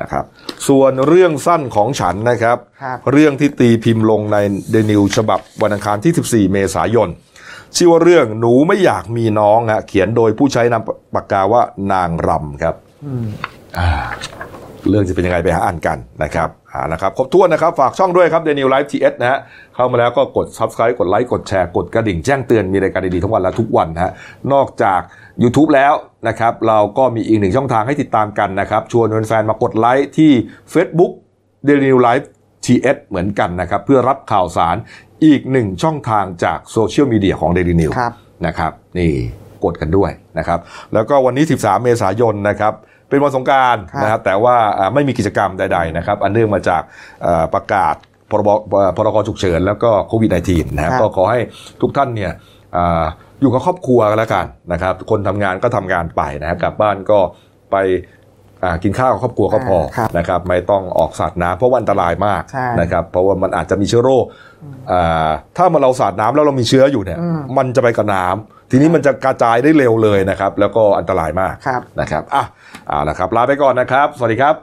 นะครับ ส่วนเรื่องสั้นของฉันนะครับ
ครับ
เรื่องที่ตีพิมพ์ลงในเดนิวฉบับวันอังคารที่ 14 เมษายน ชื่อว่าเรื่องหนูไม่อยากมีน้องฮะเขียนโดยผู้ใช้นามปากกาว่านางรำครับอ่าเรื่องจะเป็นยังไงไปหาอ่านกันนะครับอ่านะครับ ครบถ้วนนะครับ ฝากช่องด้วยครับเดนิวไลฟ์ทีเอสนะฮะเข้ามาแล้วก็กด Subscribe กดไลค์กดแชร์กดกระดิ่งแจ้งเตือนมีรายการดีๆทั้งวันและทุกวันนะฮะนอกจาก YouTube แล้วนะครับ เราก็มีอีกหนึ่งช่องทางให้ติดตามกันนะครับ ชวนแฟนๆมากดไลค์ที่ Facebook d a i l y Life TS เหมือนกันนะครับ เพื่อรับข่าวสารอีกหนึ่งช่องทางจากโซเชียลมีเดียของ Daily News
ครับ
นะครับนี่กดกันด้วยนะครับ แล้วก็วันนี้ 13 เมษายนนะครับ เป็นวันสงกราร
ครับ
นะครับ แต่ว่าอ่าไม่มีกิจกรรมใดๆนะครับ อันเนื่องมาจากอ่าประกาศพรบอ่าพรกฉุกเฉินแล้วก็โควิด -19 นะครับก็ขอให้ทุกท่านเนี่ยอ่าอยู่กับครอบครัวกันแล้วกันนะครับ คนทำงานก็ทำงานไปนะครับกลับบ้านก็ไปอ่ากินข้าวกับครอบครัวก็พอ
ครับ
นะครับ ไม่ต้องออกสาดน้ำเพราะว่าอันตรายมาก
ใช่
นะครับ เพราะว่ามันอาจจะมีเชื้อโรคอ่าถ้ามันเราสาดน้ำแล้วเรามีเชื้ออยู่เนี่ย
อืม
มันจะไปกับน้ำทีนี้มันจะกระจายได้เร็วเลยนะครับ แล้วก็อันตรายมาก
ครับ
นะครับอ่ะเอาละครับ ลาไปก่อนนะครับ สวัสดีครับ